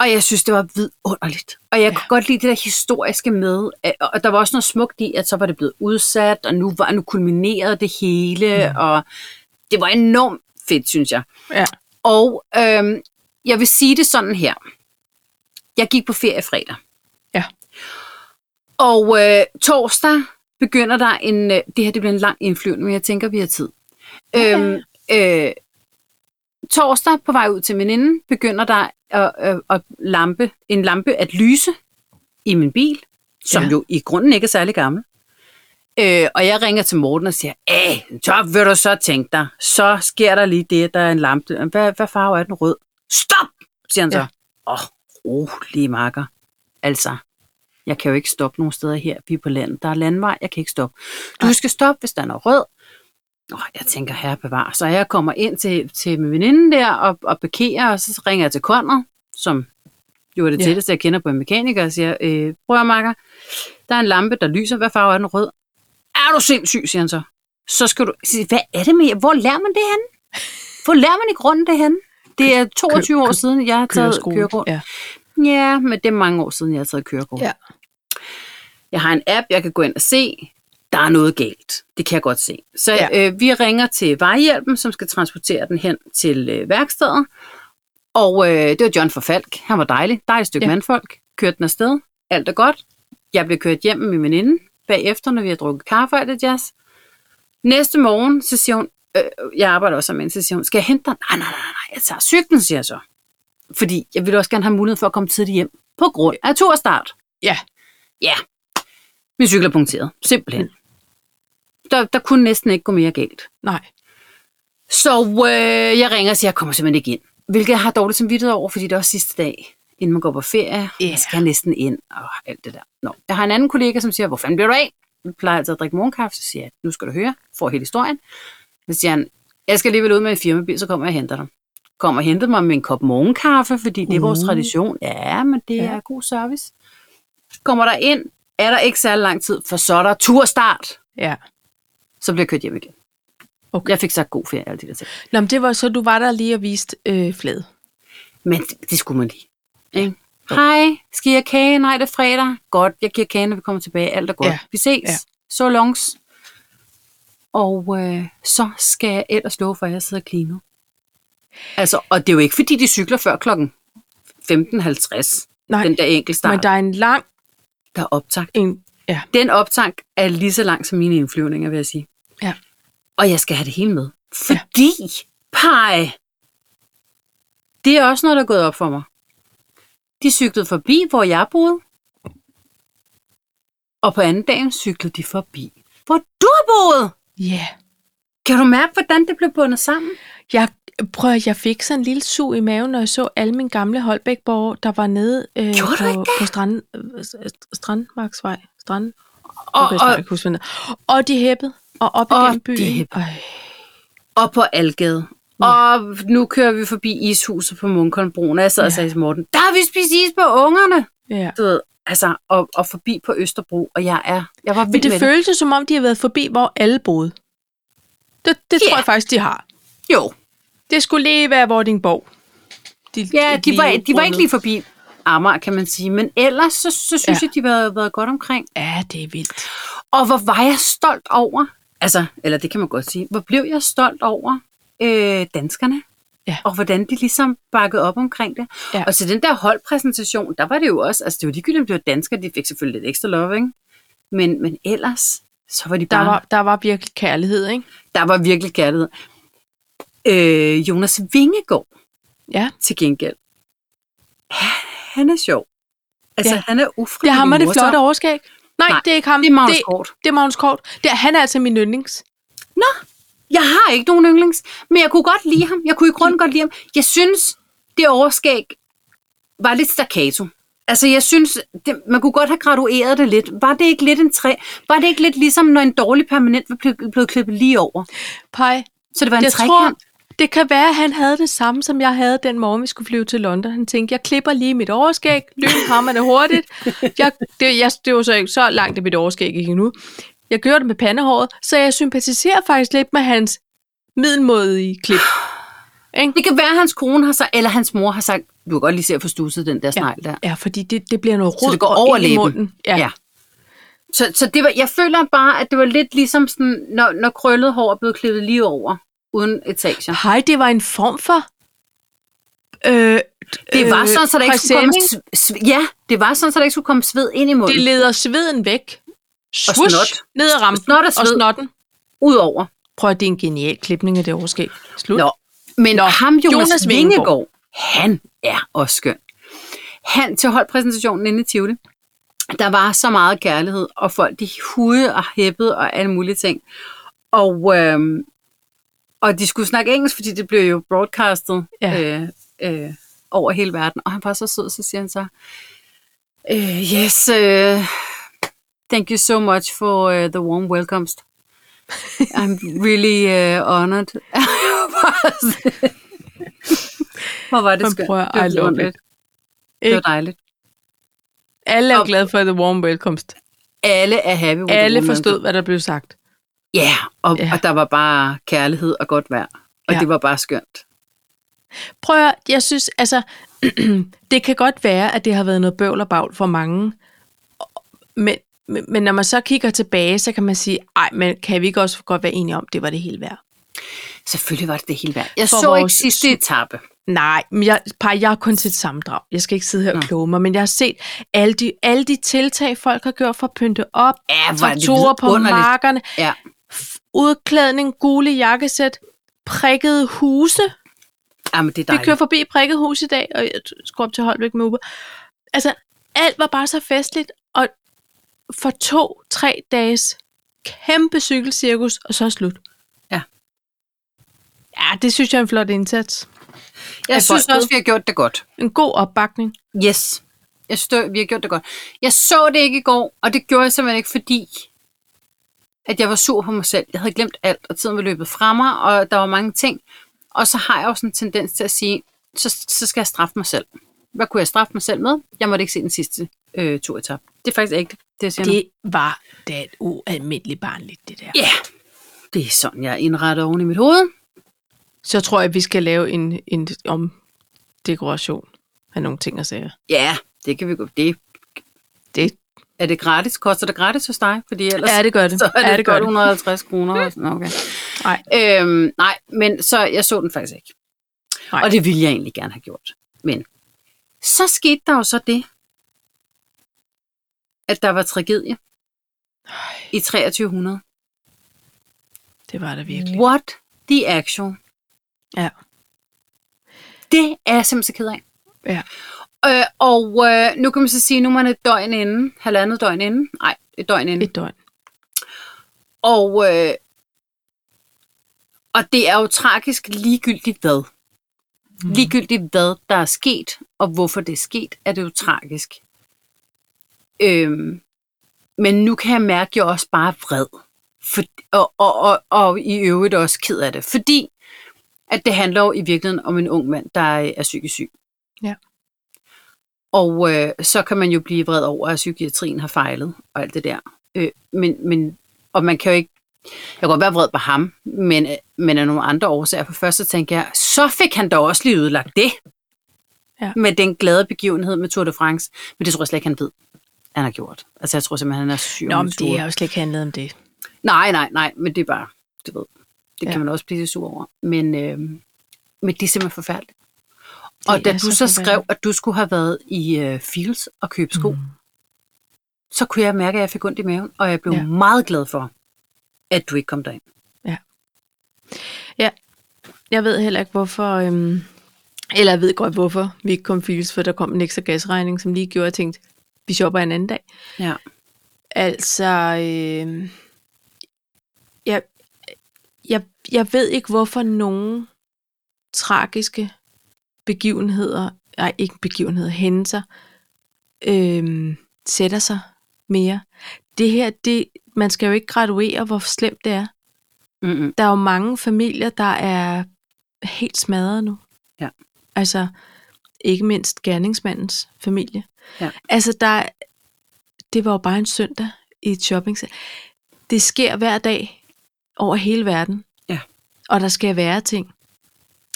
A: Og jeg synes, det var vidunderligt. Og jeg ja. kunne godt lide det der historiske med, at- og der var også noget smukt i, at så var det blevet udsat, og nu var nu kulminerede det hele, mm. og det var enormt fedt, synes jeg.
B: Ja.
A: Og øhm, jeg vil sige det sådan her. Jeg gik på ferie fredag.
B: Ja.
A: Og øh, torsdag begynder der en... Øh, det her det bliver en lang indflyvning, men jeg tænker, vi har tid. Ja. Øhm, øh, øh, torsdag på vej ud til veninden, begynder der at, at, at lampe, en lampe at lyse i min bil, som
B: Ja.
A: ja. jo i grunden ikke er særlig gammel. Øh, og jeg ringer til Morten og siger, Æh, så vil du så tænke dig, så sker der lige det, at der er en lampe. Hvad, hvad farve er den rød? Stop, siger han så.
B: Ja.
A: Åh, ja. oh, rolig makker. Altså, jeg kan jo ikke stoppe nogen steder her. Vi er på landet. Der er landvej. Jeg kan ikke stoppe. Du
B: Nej.
A: skal stoppe, hvis der er noget rød. Åh, jeg tænker, herre bevar. Så jeg kommer ind til, til min veninde der og, og parkerer, og så ringer jeg til Conrad, som jo er det
B: Ja.
A: tætteste, jeg kender på en mekaniker, og siger, øh, prøv at makker, der er en lampe, der lyser. Hvad farve er den rød? Er du sindssyg, siger han så. Så skal du sige, hvad er det med jer? Hvor lærer man det henne? Hvor lærer man i grunden det henne? Det er 22 år
B: kø-
A: siden, jeg har taget
B: Køreskole.
A: kørekort.
B: Ja.
A: Ja, men det er mange år siden, jeg har taget kørekort.
B: Ja.
A: Jeg har en app, jeg kan gå ind og se. Der er noget galt. Det kan jeg godt se. Så
B: Ja.
A: ja. øh, vi ringer til vejhjælpen, som skal transportere den hen til øh, værkstedet. Og øh, det var John for Falk. Han var dejlig. Dejligt stykke
B: Ja.
A: ja. mandfolk. Kørte den afsted. Alt er godt. Jeg blev kørt hjem med min veninde. Bagefter, når vi har drukket kaffe og det jazz. Næste morgen, så siger hun, øh, jeg arbejder også som en, så siger hun, skal jeg hente dig? Nej, nej, nej, nej, jeg tager cyklen, siger jeg så. Fordi jeg ville også gerne have mulighed for at komme tidligt hjem, på grund af turstart.
B: Ja.
A: Ja, min cykel er punkteret, simpelthen. Der, der kunne næsten ikke gå mere galt.
B: Nej.
A: Så øh, jeg ringer og siger, jeg kommer simpelthen ikke ind. Hvilket jeg har dårligt samvittighed over, fordi det er også sidste dag, inden man går på ferie.
B: Ja.
A: Yeah. Jeg skal næsten ind og alt det der. Nå. Jeg har en anden kollega, som siger, hvor fanden bliver du af? Jeg plejer altid at drikke morgenkaffe, så siger jeg, nu skal du høre, får hele historien. Så siger han, jeg skal alligevel ud med en firmabil, så kommer jeg og henter dig. Kom og hente mig med en kop morgenkaffe, fordi det er vores
B: Uh.
A: tradition. Ja, men det
B: Ja.
A: ja. er god service. Kommer der ind, er der ikke særlig lang tid, for så er der turstart.
B: Ja.
A: Så bliver jeg kørt hjem igen.
B: Okay.
A: Okay. Jeg fik sagt god ferie, alle de der ting.
B: Nå, men det var så, du var der lige og viste øh, flæde.
A: Men det, det skulle man lige. Ikke? Hej, skal I have kage? Nej, det er fredag. Godt, jeg giver kagen, når vi kommer tilbage. Alt er godt.
B: Ja.
A: Ja. Vi ses.
B: Ja.
A: Ja. Så longs. Og øh, så skal jeg ellers love for, at jeg sidder og kliner. Altså, og det er jo ikke, fordi de cykler før klokken 15.50.
B: Nej,
A: Den der enkeltstart,
B: men
A: der...
B: der er en lang...
A: der er optag.
B: En, ja,
A: Den optag er lige så lang som mine indflyvninger, vil jeg sige.
B: Ja.
A: Og jeg skal have det hele med. Fordi, ja. pej, det er også noget, der er gået op for mig. De cyklede forbi, hvor jeg boede. Og på anden dagen cyklede de forbi, hvor du boede.
B: ja.
A: Kan du mærke, hvordan det blev bundet sammen?
B: Jeg, prøv, at- jeg fik sådan en lille sug i maven, når jeg så alle mine gamle holbæk der var nede øh,
A: Gjorde du ikke
B: på, på strand, øh, Strandmarksvej. Strand,
A: Og,
B: okay,
A: og,
B: strand, og, og, og de hæppede, og op
A: Og
B: igennem
A: de
B: byen.
A: heppede.
B: Øj,
A: og på Algade.
B: Ja.
A: Ja. Og nu kører vi forbi ishuset på Munkholmbroen, og jeg sad og
B: Ja.
A: sagde til Morten, der har vi spist is på ungerne.
B: ja.
A: du ved, altså, og, og forbi på Østerbro, og jeg er, jeg var
B: Men
A: vild
B: det
A: med det.
B: føltes som om, de har været forbi, hvor alle boede. Det, det
A: Ja.
B: tror jeg faktisk, de har.
A: Jo.
B: Det skulle lige være Vordingborg. De,
A: Ja, de var, de var ikke
B: rundede.
A: lige forbi Amager, kan man sige, men ellers, så, så synes
B: Ja.
A: ja. jeg, de har været godt omkring.
B: Ja, det er vildt.
A: Og hvor var jeg stolt over, altså, eller det kan man godt sige, hvor blev jeg stolt over øh, danskerne,
B: Ja.
A: og hvordan de ligesom bakkede op omkring det.
B: Ja.
A: Ja. Og til den der holdpræsentation, der var det jo også, altså det var ligegyldigt, om det var danskere, de fik selvfølgelig lidt ekstra love, ikke? Men, men ellers, så var de
B: Der,
A: bare...
B: var, der var virkelig kærlighed, ikke?
A: Der var virkelig kærlighed. Øh, Jonas Vingegaard
B: Ja.
A: til gengæld. Han, han er sjov. Altså,
B: Ja.
A: ja. han er ufrivillig
B: Det er ham med det
A: morsom.
B: flotte overskæg. Nej, Nej,
A: Nej,
B: det er ikke ham.
A: Det er Magnus
B: det,
A: Kort.
B: det er Magnus Kort. Det er, han er altså min yndlings.
A: Jeg har ikke nogen yndlings, men jeg kunne godt lide ham. Jeg kunne i grunden godt lide ham. Jeg synes, det overskæg var lidt staccato. Altså, jeg synes, det, man kunne godt have gradueret det lidt. Var det ikke lidt en træ? Var det ikke lidt ligesom, når en dårlig permanent var blevet, blevet klippet lige over?
B: Pej,
A: Så det var en
B: jeg
A: trekant?
B: tror, det kan være, at han havde det samme, som jeg havde den morgen, vi skulle flyve til London. Han tænkte, jeg klipper lige mit overskæg, løb det hurtigt. Jeg, det, jeg, det var så ikke så langt, at mit overskæg gik endnu. Jeg gjorde det med pandehåret, så jeg sympatiserer faktisk lidt med hans middelmodige klip. Ikke?
A: Det kan være, at hans kone har sagt, eller hans mor har sagt, du kan godt lige se at få stusset den der snegl der.
B: Ja, fordi det, det bliver noget
A: Så
B: rod
A: det går
B: og
A: over
B: ind i
A: læben.
B: munden. Ja. ja.
A: Ja. Så, så det var, jeg føler bare, at det var lidt ligesom, sådan, når, når krøllet hår er blevet klippet lige over, uden etager.
B: Hej, det var en form for... Øh,
A: Det var sådan, så der ikke skulle komme
B: præsending.
A: sv, sv, ja, det var sådan, så der ikke skulle komme sved ind i munden,
B: Det leder sveden væk. Swoosh,
A: snot.
B: Ned ad rampen.
A: Snot og
B: og
A: sved.
B: snotten.
A: udover.
B: Prøv at det er en genial klipning af det overskæg. Slut.
A: Nå, men
B: Nå,
A: Nå, ham, Jonas,
B: Jonas
A: Jonas
B: Vingegaard.
A: Vingegaard, han er også skøn. Han til holdpræsentationen inde i Tivoli, Der var så meget kærlighed, og folk de hude og hæppede og alle mulige ting. Og, øhm, og de skulle snakke engelsk, fordi det blev jo broadcastet
B: Ja.
A: øh, øh, over hele verden. Og han var så sød, så siger han så, øh, yes, øh, thank you so much for øh, the warm welcome. I'm really øh, honored. Hvor var det
B: Men
A: skønt.
B: prøv at-
A: det var
B: I love it.
A: vidunderligt. Det var dejligt.
B: Alle er jo
A: Og-
B: glade for the warm welcomes.
A: Alle er happy with the
B: Alle
A: warm
B: forstod, hvad der blev sagt.
A: Ja, yeah, og,
B: Ja.
A: yeah. og der var bare kærlighed og godt vejr. Og
B: Ja.
A: yeah. det var bare skønt.
B: Prøv at, høre, jeg synes, altså, det kan godt være, at det har været noget bøvl og bagl for mange, men, men men når man så kigger tilbage, så kan man sige, ej, men kan vi ikke også godt være enige om, det var det hele værd?
A: Selvfølgelig var det det hele værd. Jeg
B: For
A: For så vores...
B: vores-
A: ikke sidste etape.
B: Nej, men jeg, par, jeg har kun set sammendrag. Jeg skal ikke sidde her og
A: Nå.
B: kloge mig, men jeg har set alle de, alle de tiltag, folk har gjort for at pynte op,
A: Ja, hvor er det
B: traktorer på
A: vidunderligt.
B: markerne,
A: Ja.
B: f- udklædning, gule jakkesæt, prikkede huse.
A: Jamen, det er
B: Vi
A: dejligt.
B: kører forbi prikket hus i dag, og jeg skulle op til Holbæk med Uber. Altså, alt var bare så festligt, og for to-tre dages kæmpe cykelcirkus, og så slut.
A: Ja.
B: Ja, det synes jeg er en flot indsats.
A: Jeg
B: at
A: synes
B: folk
A: også, vi har gjort det godt.
B: En god opbakning.
A: Yes. Jeg synes, vi har gjort det godt. Jeg så det ikke i går, og det gjorde jeg simpelthen ikke, fordi at jeg var sur på mig selv. Jeg havde glemt alt, og tiden var løbet fra mig, og der var mange ting. Og så har jeg også en tendens til at sige, så, så skal jeg straffe mig selv. Hvad kunne jeg straffe mig selv med? Jeg måtte ikke se den sidste øh, tur etap. Det er faktisk ikke det, jeg siger nu.
B: Det var da et ualmindeligt barnligt, det der.
A: Ja, det er sådan, jeg er indrettet oven i mit hoved.
B: Så tror jeg, vi skal lave en, en om dekoration af nogle ting og sager.
A: Ja, det kan vi gå. Det,
B: Det,
A: er det gratis? Koster det gratis hos dig? Fordi ellers
B: ja, det gør det.
A: så er det,
B: ja,
A: ja,
B: det gør
A: godt
B: det.
A: 150 kroner. og sådan- Okay.
B: Nej,
A: Øhm, nej, men så jeg så den faktisk ikke.
B: Nej.
A: Nej. Og det ville jeg egentlig gerne have gjort. Men så skete der jo så det, at der var tragedie i 2300.
B: det var det virkelig.
A: What the actual?
B: Ja.
A: Det er jeg simpelthen så ked af.
B: Ja.
A: Øh, og øh, nu kan man så sige, nu er man et døgn inden, halvandet døgn inden. Nej, et døgn inden.
B: Et døgn.
A: Og, øh, og det er jo tragisk ligegyldigt hvad. Mm. Ligegyldigt hvad der er sket, og hvorfor det er sket, er det jo tragisk. Øhm, men nu kan jeg mærke, at jeg er også bare er vred. For, og, og, og, og i øvrigt også ked af det. Fordi at det handler jo i virkeligheden om en ung mand, der er er psykisk syg.
B: Ja.
A: Og øh, så kan man jo blive vred over, at psykiatrien har fejlet og alt det der. Øh, men, men, og man kan jo ikke... Jeg kan godt være vred på ham, men, øh, men af nogle andre årsager. For først så tænker jeg, så fik han da også lige ødelagt det.
B: Ja.
A: Med den glade begivenhed med Tour de France. Men det tror jeg slet ikke, han ved, han har gjort. Altså jeg tror simpelthen, han er syg.
B: Nå,
A: oven i
B: men
A: hovedet.
B: det har jo slet ikke handlet om det.
A: Nej, nej, nej, men det er bare, du ved, det
B: Ja.
A: ja. kan man også blive lidt sur over. Men, øh, men det er simpelthen forfærdeligt. Og
B: Det
A: da
B: er
A: du
B: så
A: så skrev,
B: forfærdeligt.
A: at du skulle have været i øh, Fields og købe sko, mm. så kunne jeg mærke, at jeg fik ondt i maven, og jeg blev
B: Ja.
A: ja. meget glad for, at du ikke kom derind.
B: Ja, jeg ved heller ikke, hvorfor... Øhm, eller jeg ved godt, hvorfor vi ikke kom files, for der kom en ekstra gasregning, som lige gjorde, at jeg tænkte, vi shopper en anden dag.
A: Ja.
B: Altså, øh, jeg, jeg, jeg ved ikke, hvorfor nogen tragiske begivenheder, nej, ikke begivenheder, hændelser, øh, sætter sig mere. Det her, det, man skal jo ikke graduere, hvor slemt det er.
A: Mm-mm.
B: Der er jo mange familier, der er helt smadret nu.
A: Ja.
B: Altså, ikke mindst gerningsmandens familie.
A: Ja.
B: Altså, der, det var jo bare en søndag i et shoppingcenter. Det sker hver dag over hele verden.
A: Ja.
B: Og der skal være ting.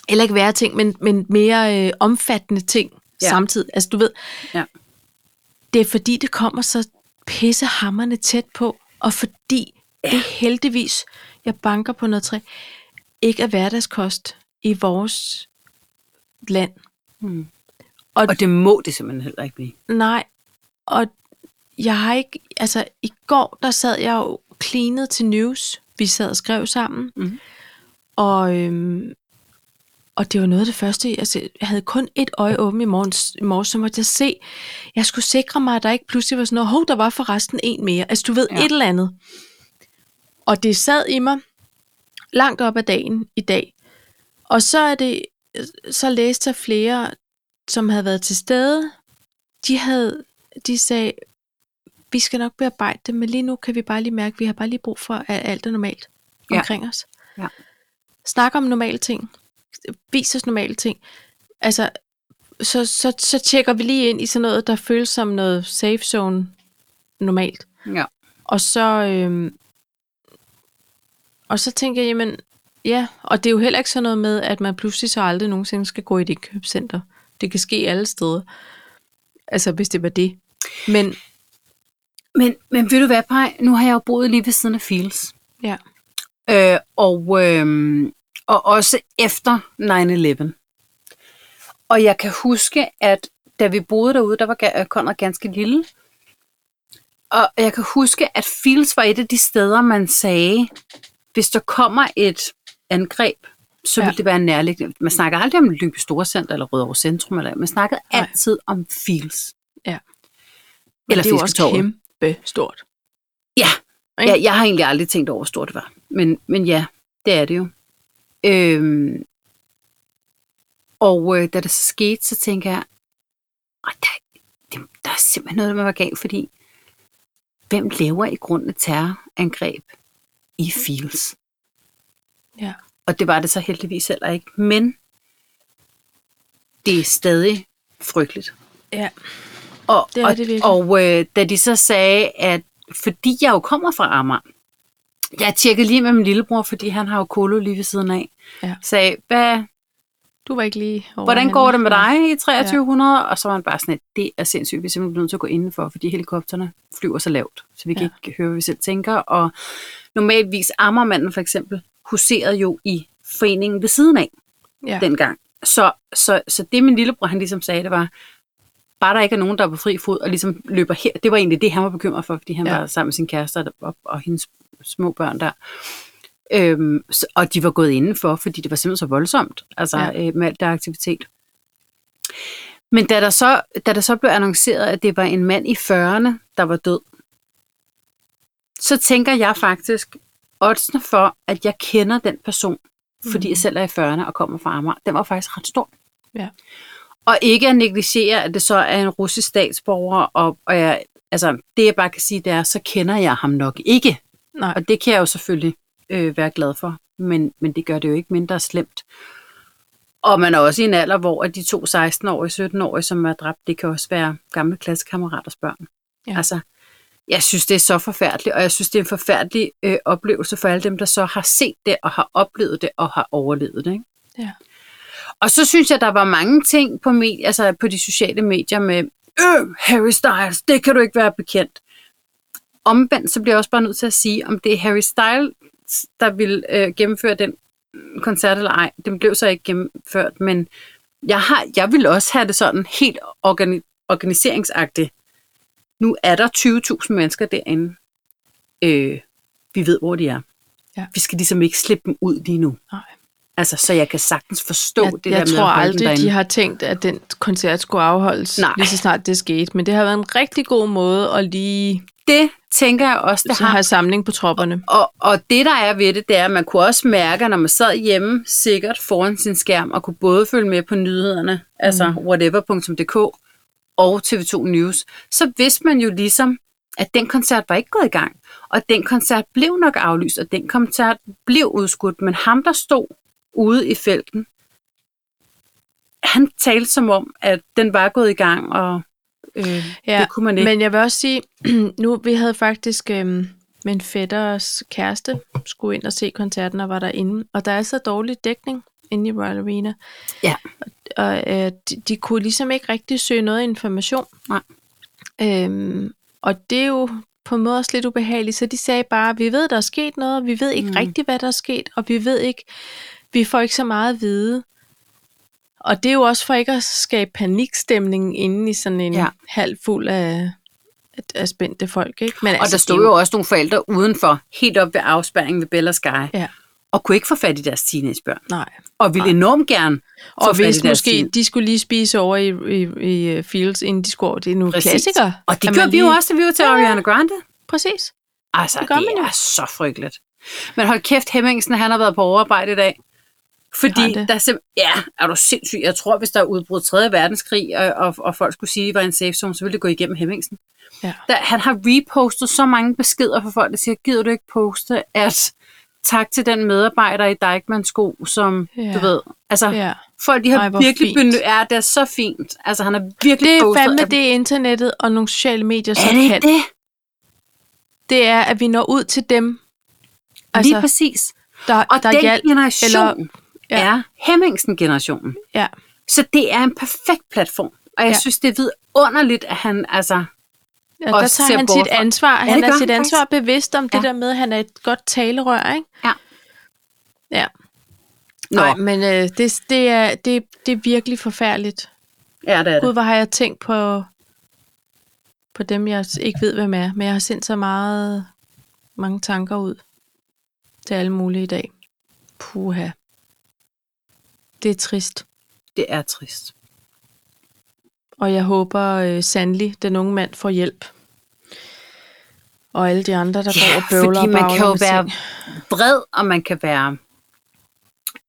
B: Eller ikke være ting, men, men mere øh, omfattende ting ja.
A: Ja.
B: samtidig. Altså, du ved,
A: Ja.
B: det er fordi, det kommer så pissehammerne tæt på, og fordi ja. det heldigvis, jeg banker på noget træ, ikke er hverdagskost i vores land.
A: Hmm. Og det må det simpelthen heller ikke blive.
B: Nej, og jeg har ikke, altså i går, der sad jeg jo cleanet til news. Vi sad og skrev sammen.
A: Mhm.
B: Og, øhm, Og det var noget af det første, jeg, se- jeg havde kun et øje åbent i morgens, i morges, så måtte jeg se. Jeg skulle sikre mig, at der ikke pludselig var sådan noget, hov, der var forresten en mere. Altså du ved,
A: Ja.
B: ja. et eller andet. Og det sad i mig langt op ad dagen i dag. Og så er det, så læste jeg flere, som havde været til stede. De havde, de sagde, vi skal nok bearbejde det, men lige nu kan vi bare lige mærke, at vi har bare lige brug for, at alt er normalt
A: Ja.
B: omkring os.
A: Ja.
B: Snak om normale ting. Vis os normale ting. Altså, så, så, så tjekker vi lige ind i sådan noget, der føles som noget safe zone normalt.
A: Ja.
B: Og så, øhm, og så tænker jeg, jamen, ja, og det er jo heller ikke sådan noget med, at man pludselig så aldrig nogensinde skal gå i et indkøbscenter. Det kan ske alle steder. Altså, hvis det var det. Men,
A: Men, men ved du hvad, Paj? Nu har jeg jo boet lige ved siden af Fields.
B: ja,
A: Øh, og, øh, og også efter 9-11. Og jeg kan huske, at da vi boede derude, der var ga- Konrad ganske lille. Og jeg kan huske, at Fields var et af de steder, man sagde, hvis der kommer et angreb, så
B: Ja.
A: ville det være nærliggende. Man snakkede aldrig om Lyngby Storcenter eller Rødovre Centrum, eller, man snakkede
B: Nej.
A: altid om Fields.
B: Ja. men
A: Eller
B: det er jo også
A: Fisketorvet.
B: kæmpe stort.
A: Ja,
B: Ikke?
A: jeg, jeg har egentlig aldrig tænkt over, hvor stort det var. Men, men ja, det er det jo. Øhm, og øh, da det så skete, så tænker jeg, "Ej, der, det, der er simpelthen noget, der var galt, fordi hvem laver i grunden et terrorangreb i Fields?
B: Ja.
A: Og det var det så heldigvis heller ikke. Men det er stadig frygteligt.
B: Ja.
A: Og,
B: Det er
A: og,
B: det virkelig.
A: og øh, da de så sagde, at fordi jeg jo kommer fra Amager, jeg tjekkede lige med min lillebror, fordi han har jo kolo lige ved siden af,
B: Ja.
A: sagde, hvad,
B: Du var ikke lige over
A: hvordan
B: henne.
A: går det med dig i 2300? Og så var han bare sådan, at det er sindssygt, vi er simpelthen nødt til at gå indenfor, fordi helikopterne flyver så lavt, så vi kan
B: Ja.
A: ikke høre, hvad vi selv tænker. Og normalvis Amagermanden for eksempel huserede jo i foreningen ved siden af
B: Ja.
A: ja. dengang. Så, så, så det min lillebror, han ligesom sagde, det var, bare der ikke er nogen, der er på fri fod og ligesom løber her. Det var egentlig det, han var bekymret for, fordi han ja.
B: Ja.
A: var sammen med sin kæreste og- og, og hendes små børn der. Øhm, så, og de var gået indenfor, fordi det var simpelthen så voldsomt, altså ja.
B: Ja.
A: øh, med alt der aktivitet. Men da der, så, da der så blev annonceret, at det var en mand i 40'erne, der var død, så tænker jeg faktisk, oddsene for, at jeg kender den person, fordi jeg selv er i 40'erne og kommer fra Amager, den var faktisk ret stor.
B: Mhm. Ja.
A: Og ikke at negligere, at det så er en russisk statsborger, og, og jeg, altså, det jeg bare kan sige, det er, så kender jeg ham nok ikke.
B: Nej.
A: Og det kan jeg jo selvfølgelig øh, være glad for, men, men det gør det jo ikke mindre slemt. Og man er også i en alder, hvor at de to 16-årige, 17-årige, som er dræbt, det kan også være gamle klassekammeraters børn.
B: Ja.
A: Altså, jeg synes, det er så forfærdeligt, og jeg synes, det er en forfærdelig øh, oplevelse for alle dem, der så har set det, og har oplevet det, og har overlevet det. Ikke?
B: Ja.
A: Og så synes jeg, der var mange ting på, me- altså på de sociale medier med, øh, Harry Styles, det kan du ikke være bekendt. Omvendt, så bliver jeg også bare nødt til at sige, om det er Harry Styles, der ville øh, gennemføre den mm, koncert eller ej. Den blev så ikke gennemført, men jeg, har, jeg vil også have det sådan helt organi- organiseringsagtigt. Nu er der 20.000 mennesker derinde. Øh, vi ved, hvor de er.
B: Ja.
A: Vi skal ligesom ikke slippe dem ud lige nu.
B: Nej.
A: Altså, så jeg kan sagtens forstå
B: jeg,
A: det der
B: jeg
A: med
B: tror
A: at holde den
B: aldrig,
A: derinde.
B: de har tænkt, at den koncert skulle afholdes
A: Nej.
B: Nej. lige så snart det skete. Men det har været en rigtig god måde at lige
A: Det tænker jeg også, det
B: så
A: har.
B: have samling på tropperne.
A: Og, og det, der er ved det, det er, at man kunne også mærke, når man sad hjemme sikkert foran sin skærm, og kunne både følge med på nyhederne, mm. altså whatever.dk og TV2 News, så vidste man jo ligesom, at den koncert var ikke gået i gang, og den koncert blev nok aflyst, og den koncert blev udskudt, men ham, der stod ude i felten, han talte som om, at den var gået i gang, og øh, ja,
B: Ja,
A: det kunne man ikke.
B: Men jeg vil også sige, nu vi havde faktisk øhm, min fætters kæreste skulle ind og se koncerten og var derinde. Og der er så dårlig dækning inde i Royal Arena.
A: Ja.
B: Og, og øh, de, de kunne ligesom ikke rigtig søge noget information.
A: Nej.
B: Øhm, og det er jo på en måde også lidt ubehageligt, så de sagde bare, vi ved, der er sket noget, vi ved ikke
A: Mm.
B: mm. rigtigt, hvad der er sket, og vi ved ikke, vi får ikke så meget at vide. Og det er jo også for ikke at skabe panikstemning inde i sådan en
A: Ja.
B: ja. halv fuld af, af, af spændte folk. Ikke? Men altså,
A: Og der
B: det
A: stod
B: er
A: jo også nogle forældre udenfor, helt op ved afspærringen ved Bella Sky,
B: Ja.
A: og kunne ikke få fat i deres teenagebørn,
B: Nej.
A: og ville enormt gerne
B: Og
A: få fat i
B: hvis
A: deres
B: måske
A: teen-
B: de skulle lige spise over i, i, i øh, Fields, inden de skulle over. Det er nu
A: Præcis.
B: klassikere.
A: Og det
B: at
A: gjorde
B: man
A: vi jo
B: lige-
A: også, da vi var til
B: Ja, ja.
A: Ariana Grande.
B: Præcis.
A: Altså, det,
B: Det gør man
A: det
B: jo.
A: er så frygteligt. Men hold kæft, Hemmingsen, han har været på overarbejde i dag. Fordi
B: Har han det?
A: der er simpelthen... Ja, er du sindssyg? Jeg tror, hvis der er udbrudt 3. verdenskrig, og, og, og folk skulle sige, at det var en safe zone, så ville det gå igennem Hemmingsen.
B: Ja.
A: Der, han har repostet så mange beskeder fra folk, der siger, gider du ikke poste, at tak til den medarbejder i Dijkman sko, som
B: Ja.
A: du ved... Altså,
B: Ja.
A: folk de har
B: Ej, hvor
A: virkelig
B: fint.
A: benyttet... Ja, det er så fint. Altså, han har virkelig
B: Det er
A: postet...
B: fandme
A: at-
B: det internettet og nogle sociale medier, så
A: Er det
B: kan.
A: ikke det?
B: Det er, at vi når ud til dem,
A: Altså, Lige
B: altså,
A: præcis.
B: der,
A: Og
B: der
A: den
B: hjælp.
A: generation eller,
B: eller-
A: ja.
B: ja.
A: er Hemmingsen-generationen.
B: Ja.
A: Så det er en perfekt platform. Og jeg ja.
B: Ja.
A: synes, det er vidunderligt, at han, altså,
B: Ja,
A: og
B: der
A: ser
B: tager han
A: bort
B: sit
A: fra-
B: ansvar.
A: Ja,
B: han
A: det gør
B: er
A: han
B: sit ansvar bevidst om
A: Ja.
B: det der med, at han er et godt talerør, ikke?
A: Ja.
B: Ja.
A: Nå.
B: Nej, men øh, det, det, er, det, det er virkelig forfærdeligt.
A: ja, det er
B: Gud, hvor har jeg tænkt på, på dem, jeg ikke ved, hvem er. Men jeg har sendt så meget, mange tanker ud til alle mulige i dag. Puha. Det er trist.
A: Det er trist.
B: Og jeg håber øh, sandelig, den unge mand får hjælp. Og alle de andre, der går og bøvler
A: fordi
B: og
A: man
B: bagler
A: kan jo
B: med
A: være
B: ting.
A: vred, og man kan være,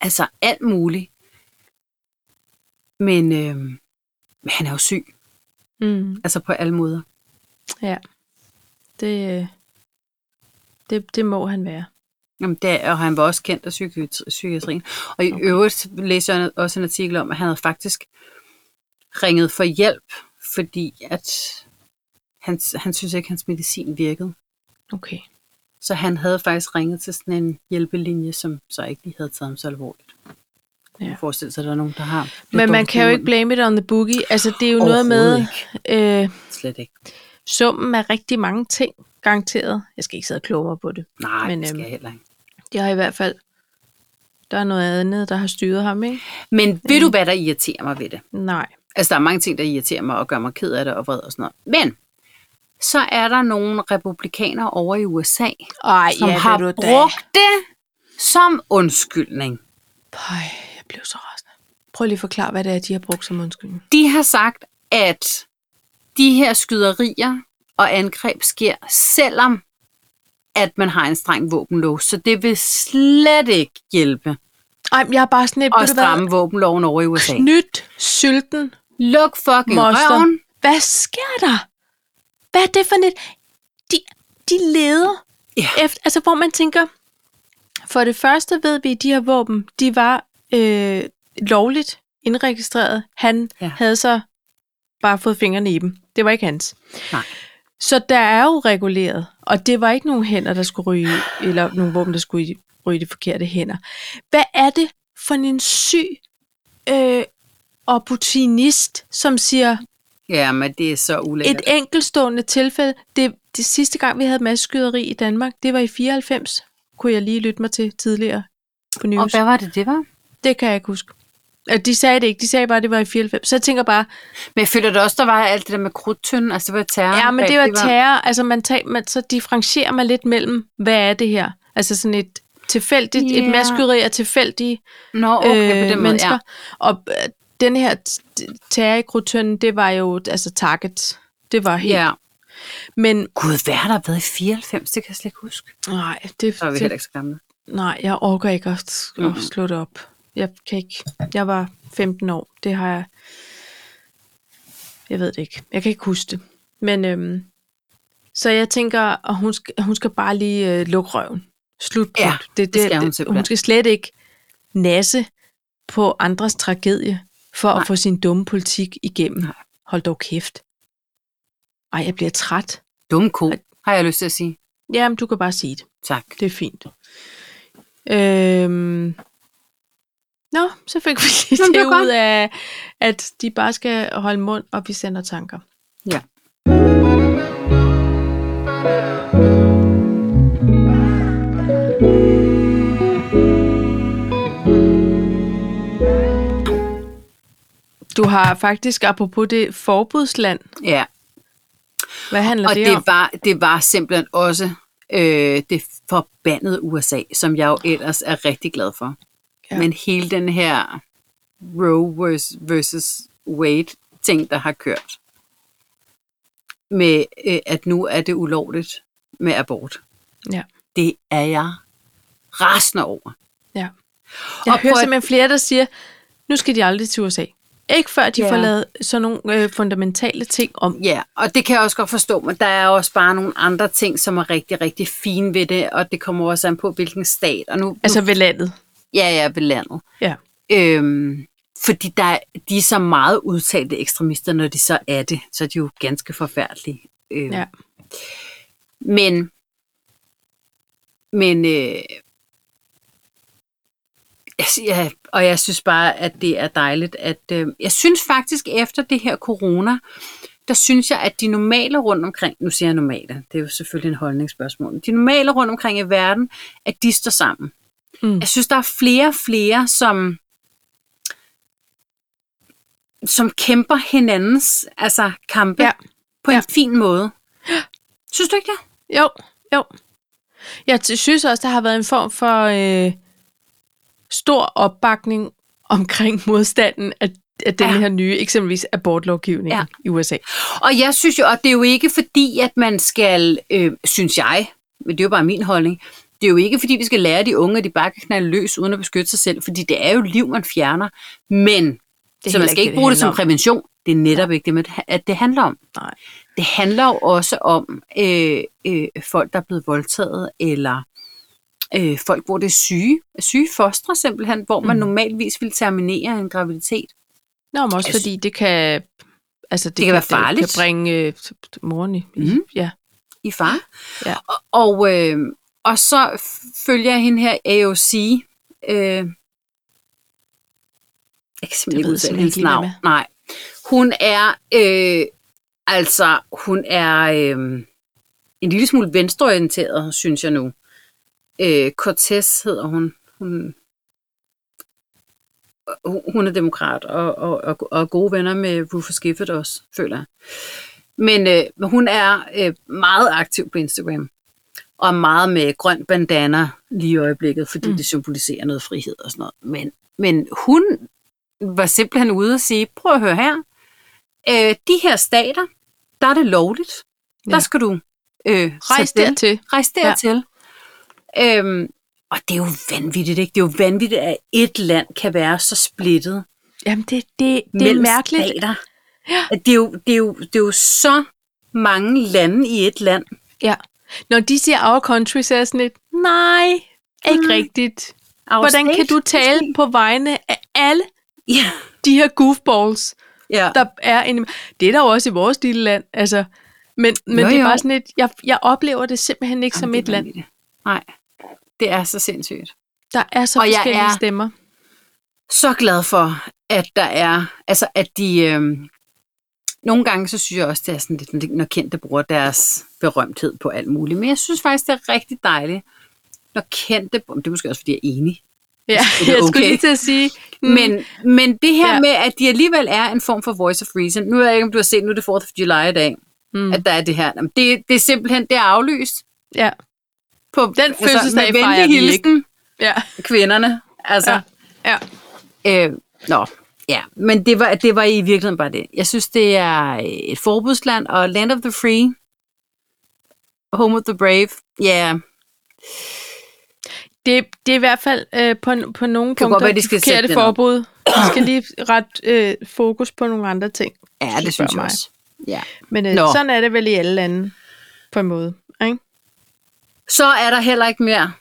A: altså, alt muligt. Men, øh, men han er jo syg,
B: Mm,
A: altså på alle måder.
B: ja. Det, øh, det, det må han være.
A: Jamen, det er, og han var også kendt af psykiatri- psykiatrien. Og i okay. øvrigt læser jeg også en artikel om, at han havde faktisk ringet for hjælp, fordi at han, han synes ikke, at hans medicin virkede.
B: Okay.
A: Så han havde faktisk ringet til sådan en hjælpelinje, som så ikke lige havde taget ham så alvorligt. Ja.
B: Ja.
A: Jeg forestiller sig, at der er nogen, der har. lidt
B: Men man
A: dårlig
B: kan jo ikke
A: stemning.
B: blame it on the boogie. Altså, det er jo noget med...
A: Overhovedet
B: Øh,
A: Slet ikke.
B: summen af rigtig mange ting, garanteret. Jeg skal ikke sidde og kloge mig på det.
A: Nej, Men,
B: Men,
A: det skal
B: øhm,
A: jeg heller ikke.
B: Det har i hvert fald... Der er noget andet, der har styret ham, ikke?
A: Men ved du, hvad der irriterer mig ved det?
B: Nej.
A: Altså, der er mange ting, der irriterer mig og gør mig ked af det og vred og sådan noget. Men så er der nogle republikanere over i USA,
B: Ej,
A: som ja, har
B: ved du da.
A: brugt det som undskyldning.
B: Øj, jeg blev så rasende. Prøv lige at forklare, hvad det er, de har brugt som undskyldning.
A: De har sagt, at de her skyderier og angreb sker, selvom at man har en streng våbenlov. Så det vil slet ikke hjælpe
B: Ej, men jeg er bare sådan lidt... ved
A: at
B: du hvad?
A: stramme våbenloven over i USA.
B: Nyt, sylten,
A: Luk fucking
B: monster.
A: røven.
B: Hvad sker der? Hvad er det for net? De, de leder
A: Ja.
B: efter, altså hvor man tænker, for det første ved vi, at de her våben, de var øh, lovligt indregistreret. Han
A: Ja.
B: ja. havde så bare fået fingrene i dem. Det var ikke hans.
A: Nej.
B: Så der er jo reguleret, og det var ikke nogen hænder, der skulle ryge, i- eller nogen våben, der skulle i- ryge i de forkerte hænder. Hvad er det for en syg øh, opportunist, som siger,
A: Ja, men det er så ulækkert.
B: et enkeltstående tilfælde. Det, det sidste gang, vi havde masseskyderi i Danmark, det var i 94, kunne jeg lige lytte mig til tidligere på
A: Og
B: news.
A: hvad var det, det var?
B: Det kan jeg ikke huske. Øh, De sagde det ikke, de sagde bare, at det var i 94. Så jeg tænker bare,
A: Men jeg føler det også, der var alt det der med krudtønden, altså det var terror.
B: ja, men det var terror. Altså, man tag, man, så differencierer man lidt mellem, hvad er det her? Altså sådan et tilfældigt, yeah.
A: Ja.
B: et masseskyderi af tilfældige
A: Nå, okay, øh, på den måde,
B: mennesker.
A: ja.
B: Og øh, den her t- t- terror i Krudtønden, det var jo altså target. Det var helt...
A: ja.
B: Men
A: Gud, hvad har der været i 94? Det kan jeg slet ikke huske.
B: nej, det,
A: Så er vi
B: det
A: heller ikke så gamle.
B: Nej, jeg orker ikke at,
A: Mm.
B: at slå det op. Jeg kan ikke. Jeg var 15 år. Det har jeg... Jeg ved det ikke. Jeg kan ikke huske det. Men øhm, så jeg tænker, at hun skal, hun skal bare lige øh, lukke røven. Slut.
A: Ja,
B: det,
A: det skal hun
B: det,
A: simpelthen.
B: hun skal slet ikke nasse på andres tragedie for Nej.
A: Nej.
B: at få sin dumme politik igennem. Nej. Hold dog kæft. Ej, jeg bliver træt.
A: Dum ko, har jeg lyst til at sige.
B: Jamen, du kan bare sige det.
A: Tak.
B: Det er fint. Øhm... Nå, så fik vi lige
A: Jamen,
B: det,
A: det var
B: ud
A: godt.
B: af, at de bare skal holde mund, og vi sender tanker.
A: Ja.
B: Du har faktisk, apropos det, forbudsland.
A: Ja,
B: Hvad handler
A: og
B: det,
A: det
B: om?
A: var, det var simpelthen også øh, det forbandede USA, som jeg jo ellers er rigtig glad for.
B: Ja.
A: Ja. Men hele den her Roe vers- versus Wade ting, der har kørt, med øh, at nu er det ulovligt med abort.
B: Ja.
A: Det er jeg rasende over.
B: Ja. Jeg
A: Og
B: og hører
A: prøv at-
B: simpelthen flere, der siger, nu skal de aldrig til USA. Ikke før de
A: Ja.
B: får lavet sådan nogle øh, fundamentale ting om.
A: Ja, og det kan jeg også godt forstå, men der er også bare nogle andre ting, som er rigtig, rigtig fine ved det, og det kommer også an på, hvilken stat, og nu,
B: Altså ved landet.
A: nu ja, jeg er ved landet.
B: Ja.
A: Øhm, fordi der, de er så meget udtalte ekstremister, når de så er det, så er de jo ganske forfærdelige. Øhm,
B: Ja.
A: Men, men, øh, altså, ja, og jeg synes bare, at det er dejligt, at øh, jeg synes faktisk, efter det her corona, der synes jeg, at de normale rundt omkring, nu siger jeg normale, det er jo selvfølgelig en holdningsspørgsmål, men de normale rundt omkring i verden, at de står sammen.
B: Mm.
A: Mm. Jeg synes, der er flere og flere, som som kæmper hinandens altså kampe
B: Ja.
A: ja. på en
B: Ja.
A: fin måde. Synes du ikke det?
B: Jo, jo. Jeg t- synes også, der har været en form for øh, stor opbakning omkring modstanden af, af den
A: Ja.
B: her nye, eksempelvis abortlovgivning ja.
A: Ja.
B: i USA.
A: Og jeg synes jo, og det er jo ikke fordi, at man skal, øh, synes jeg, men det er jo bare min holdning, det er jo ikke fordi, vi skal lære de unge, at de bare kan knalde løs uden at beskytte sig selv, fordi det er jo liv, man fjerner. Men,
B: er
A: det så
B: heller
A: man
B: ikke
A: skal ikke
B: det,
A: bruge det,
B: det
A: som
B: handler
A: prævention. Det er netop ikke det, men- at det handler om.
B: Nej.
A: Det handler jo også om øh, øh, folk, der er blevet voldtaget, eller øh, folk, hvor det er syge, syge fostre simpelthen, hvor man
B: Mm.
A: normalvis vil terminere en graviditet.
B: Nå, men også
A: Altså-
B: fordi det kan... Altså, det,
A: kan være farligt.
B: Det kan bringe øh, moren i...
A: Mhm.
B: Ja.
A: i far.
B: Mm. Ja.
A: Og, og, øh, og så f- følger jeg hende her AOC. Øh, jeg kan
B: Det ved
A: simpelthen ikke
B: jeg
A: udtale
B: simpelthen
A: hendes
B: ikke lige,
A: navn.
B: hvem
A: Nej. Hun er, øh, altså, hun er øh, en lille smule venstreorienteret, synes jeg nu. Øh, Cortez hedder hun. Hun, hun- hun er demokrat og, og, og, og er gode venner med Rufus Gifford også, føler jeg. Men øh, men hun er øh, meget aktiv på Instagram. Og meget med grøn bandana lige i øjeblikket, fordi
B: Mm.
A: mm. det symboliserer noget frihed og sådan noget. Men, men hun var simpelthen ude og sige, prøv at høre her. Øh, de her stater, der er det lovligt. Ja.
B: Ja.
A: Der skal du øh,
B: Rejs
A: tage den-
B: dertil.
A: Rejs dertil. Ja. Øhm, og det er jo vanvittigt, ikke? Det er jo vanvittigt, at et land kan være så splittet
B: Jamen, det, det, det er
A: mellem
B: mærkeligt.
A: stater. Ja. Det, er jo, det, er jo, det er jo så mange lande i et land.
B: Ja. Når de siger our country, så er jeg sådan lidt, nej, ikke
A: Nej.
B: rigtigt.
A: Our
B: Hvordan kan
A: state,
B: du tale på vegne af alle
A: Ja.
B: de her goofballs,
A: ja.
B: der er en... Det er der jo også i vores lille land, altså... Men, men
A: Jo,
B: det er
A: jo.
B: bare sådan et... Jeg, jeg oplever det simpelthen ikke
A: Jamen,
B: Jamen, som et
A: det er
B: land.
A: vanvittigt. Nej, det er så sindssygt.
B: Der er så
A: Og jeg
B: forskellige
A: er-
B: stemmer.
A: Så glad for, at der er, altså at de, øhm, nogle gange så synes jeg også, det er sådan lidt, når kendte bruger deres berømthed på alt muligt, men jeg synes faktisk, det er rigtig dejligt, når kendte, det er måske også, fordi jeg er enig,
B: Ja,
A: det
B: jeg skulle
A: okay?
B: lige til at sige... mm,
A: Men, men det her
B: Ja.
A: ja. med, at de alligevel er en form for voice of reason. Nu ved jeg ikke, om du har set, nu er det 4th of July i dag,
B: Mm.
A: mm. at der er det her. Jamen, Det, det er simpelthen, det er aflyst.
B: Ja,
A: På, altså,
B: Den fødselsdag
A: med
B: fejrer
A: venlig
B: vi ikke.
A: hilsen,
B: ja,
A: kvinderne. Altså,
B: ja. ja.
A: ja. Øh, nå, ja. Men det var, det var i virkeligheden bare det. Jeg synes, det er øh, et forbudsland, og land of the free, home of the brave. Ja, yeah.
B: Det, det er i hvert fald øh, på, på nogle
A: Kan godt
B: punkter
A: være, de skal sætte
B: forkerte
A: den op.
B: forbud. Vi skal lige ret øh, fokus på nogle andre ting.
A: ja det
B: spørger
A: synes jeg
B: mig.
A: også. Ja.
B: Men øh,
A: Nå.
B: sådan er det vel i alle lande, på en måde. Ikke?
A: Så er der heller ikke mere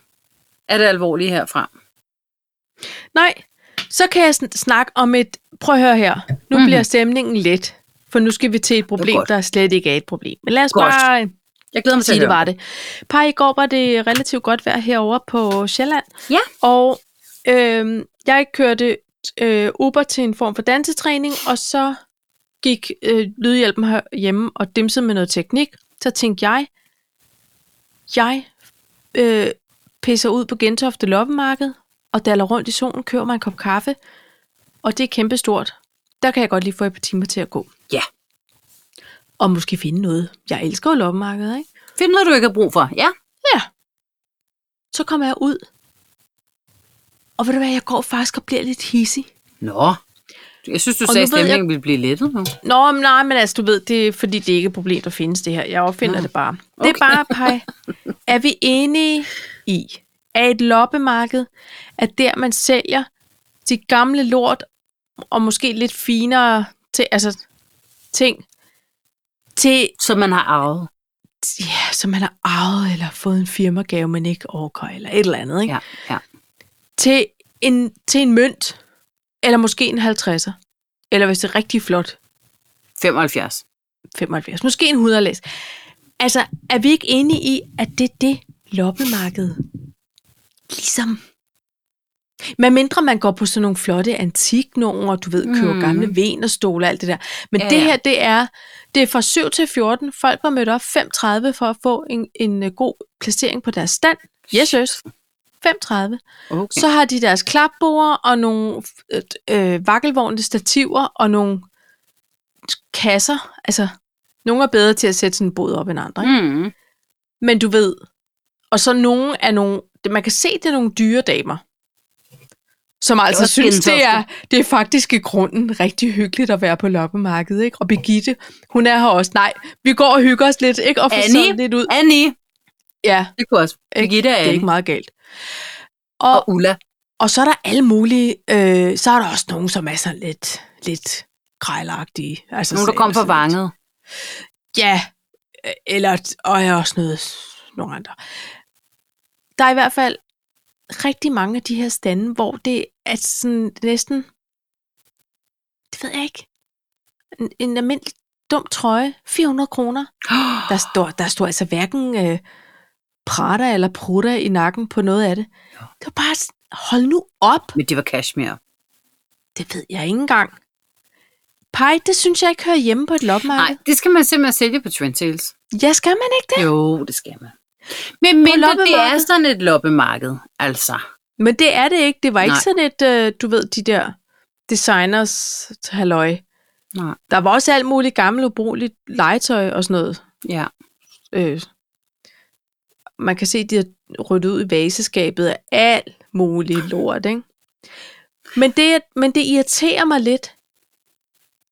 A: af det alvorlige herfra.
B: Nej, så kan jeg sn- snakke om et... Prøv at høre her. Nu mm-hmm. bliver stemningen let, for nu skal vi til et problem,
A: Mhm. godt.
B: der slet ikke er et problem. Men lad os
A: Godt.
B: bare øh,
A: Jeg glæder mig til at
B: sige, det
A: høre.
B: var det. Par, i går var det relativt godt vejr herover på Sjælland.
A: Ja.
B: Og øh, jeg kørte øh, Uber til en form for dansetræning, og så gik øh, lydhjælpen hjemme og dimsede med noget teknik. Så tænkte jeg, jeg øh, pisser ud på Gentofte Loppemarked og daller rundt i solen, kører mig en kop kaffe, og det er kæmpestort. Der kan jeg godt lige få et par timer til at gå.
A: Ja.
B: Og måske finde noget. Jeg elsker jo loppemarkedet, ikke?
A: Find noget, du ikke har brug for. Ja.
B: Ja, Så kommer jeg ud. Og ved du hvad, jeg går faktisk og bliver lidt hissig.
A: Nå. Jeg synes, du
B: nu
A: sagde, at
B: ved jeg-
A: stemningen ville blive lettet nu.
B: Nå, men nej, men altså, du ved, det er fordi, det er ikke et problem, der findes det her. Jeg opfinder
A: Nå.
B: det bare. Det er bare, Paj, er vi enige i, at et loppemarked er der, man sælger de gamle lort og måske lidt finere til, altså, ting til,
A: Som man har arvet.
B: ja, som man har arvet eller fået en firmagave, man ikke overgår, eller et eller andet, ikke?
A: Ja, ja.
B: til en, til en mønt, eller måske en 50'er, eller hvis det er rigtig flot,
A: 75.
B: 75, måske en 100 læs. Altså, er vi ikke enige i, at det er det loppemarked? Ligesom. Men mindre man går på sådan nogle flotte antiknoger, og du ved, køber
A: Mm.
B: mm. gamle venerstole og alt det der. Men
A: Ja,
B: ja, det
A: ja.
B: her, det er, det er fra 7 til 14. Folk var mødt op 5.30 for at få en, en øh, god placering på deres stand. Yes, yes. 5.30.
A: Okay.
B: Så har de deres klapbord og nogle øh, øh, vakkelvognende stativer og nogle kasser. Altså, nogle er bedre til at sætte sådan en båd op end andre. Ikke?
A: mm.
B: Mm. Men du ved, og så nogle er nogle, det- man kan se, det er nogle dyre damer, som altså
A: også
B: synes, det er,
A: Gentofte.
B: det er faktisk i grunden rigtig hyggeligt at være på loppemarkedet. Ikke? Og Birgitte, hun er her også. Nej, vi går og hygger os lidt, ikke? og får
A: Annie?
B: sådan lidt ud.
A: Annie.
B: Ja,
A: Det kunne også. Birgitte og
B: det er
A: Annie.
B: ikke meget galt.
A: Og Ulla.
B: Og så er der alle mulige, øh, så er der også nogen, som er sådan lidt, lidt grejlagtige. Altså,
A: Nogen, der
B: sådan-
A: kom fra
B: sådan lidt-
A: Vanget.
B: Ja, øh, eller og jeg er også noget, nogle andre. Der er i hvert fald rigtig mange af de her stande, hvor det er sådan næsten, det ved jeg ikke, en, en almindelig dum trøje, 400 kroner. Der står, der står altså hverken øh, prater eller prutter i nakken på noget af det. Det var bare, sådan, hold nu op.
A: Men det var cashmere.
B: Det ved jeg ikke engang. Pej, det synes jeg ikke hører hjemme på et
A: Nej,
B: loppemarked.
A: det skal man simpelthen sælge på Trendsales.
B: Ja, skal man ikke det?
A: Jo, det skal man. Men mindre det er
B: loppemarked?
A: sådan et loppemarked, altså.
B: Men det er det ikke. Det var ikke
A: Nej.
B: sådan et, øh, du ved, de der designers halløj.
A: Nej.
B: Der var også alt muligt gammelt, ubrugeligt legetøj og sådan noget.
A: Ja.
B: Øh, man kan se, de har ryddet ud i vaseskabet af alt muligt lort, ikke? Men det, men det irriterer mig lidt,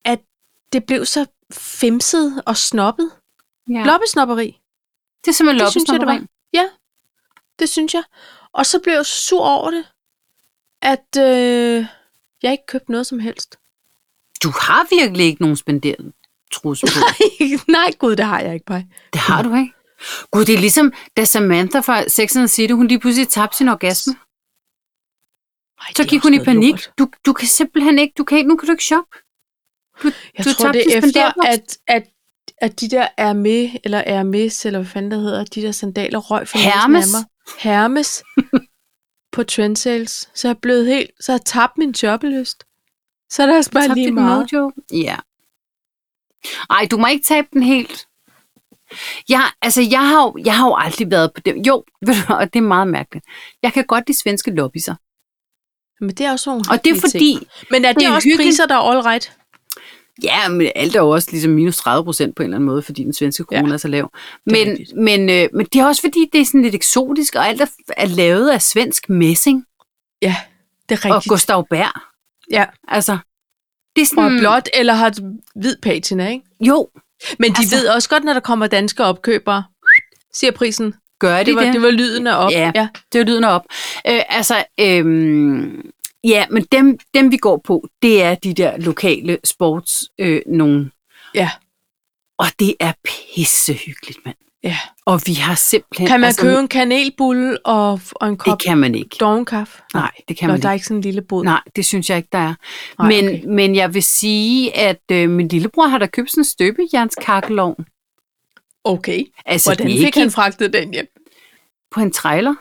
B: at det blev så femset og snobbet.
A: ja.
B: Ja. Loppesnopperi.
A: det er simpelthen
B: Det synes jeg, det var.
A: loppesnopperi.
B: Det synes jeg. Og så blev jeg så sur over det, at øh, jeg ikke købte noget som helst.
A: Du har virkelig ikke nogen spenderende trus på.
B: Nej, gud, det har jeg ikke, Paj.
A: det har du ikke. Gud, det er ligesom, da Samantha fra Sex and the City, hun lige pludselig tabte sin orgasme.
B: Ej, det
A: Så
B: er
A: gik
B: også
A: hun i
B: noget
A: panik.
B: lort.
A: Du, du kan simpelthen ikke, du kan ikke, nu kan du ikke shoppe.
B: Jeg
A: Du
B: tror,
A: tabte
B: det
A: din
B: er efter,
A: spenderboks.
B: at, at, at de der Hermes, eller Hermes, eller hvad fanden det hedder, de der sandaler røg for
A: Hermes?
B: mig. Hermes på Trendsales. Så er jeg blevet helt, så har jeg tabt min shoppelyst. Så er der også bare
A: Tabte
B: lige
A: dit
B: meget.
A: mojo. Ja. Ej, du må ikke tabe den helt. Jeg, altså, jeg har, jo, jeg har jo aldrig været på det. Jo, ved du, hvad, og det er meget mærkeligt. Jeg kan godt de svenske lobbyiser.
B: Men det er også nogle
A: Og det er
B: hyggelige
A: fordi,
B: Ting. Men er det,
A: det er
B: også
A: hyggeligt.
B: priser, der er all right?
A: ja, men alt er jo også ligesom minus 30 procent på en eller anden måde, fordi den svenske krone ja.
B: Ja,
A: er så lav.
B: er
A: Men,
B: rigtigt.
A: men, øh, men det er også fordi, det er sådan lidt eksotisk, og alt er, er lavet af svensk messing
B: Ja, det er
A: og
B: rigtigt.
A: Gustav Bær.
B: Ja.
A: Altså, det er
B: og
A: sådan...
B: er blåt, eller har hvid patina, ikke?
A: Jo,
B: Men de
A: Altså-
B: altså, ved også godt, når der kommer danske opkøbere, siger prisen.
A: gør de
B: Det var,
A: det?
B: det var lyden af op.
A: Ja.
B: ja.
A: Det er jo lyden er op. Øh, altså, øhm, ja, men dem, dem vi går på, det er de der lokale sports øh, nogen.
B: ja.
A: Og det er pissehyggeligt, mand.
B: ja.
A: Og vi har simpelthen...
B: Kan man købe en kanelbulle og, og en kop
A: Altså- Det kan man ikke.
B: dovenkaffe?
A: Nej, det kan
B: Nå,
A: man
B: der er
A: ikke.
B: ikke sådan en lille bod.
A: Nej, det synes jeg ikke, der er.
B: Nej,
A: men,
B: okay.
A: men jeg vil sige, at øh, min lillebror har da købt sådan en støbejernskakkelovn.
B: Okay.
A: Altså,
B: Hvordan
A: det er ikke
B: fik han fragtet den hjem?
A: på en trailer.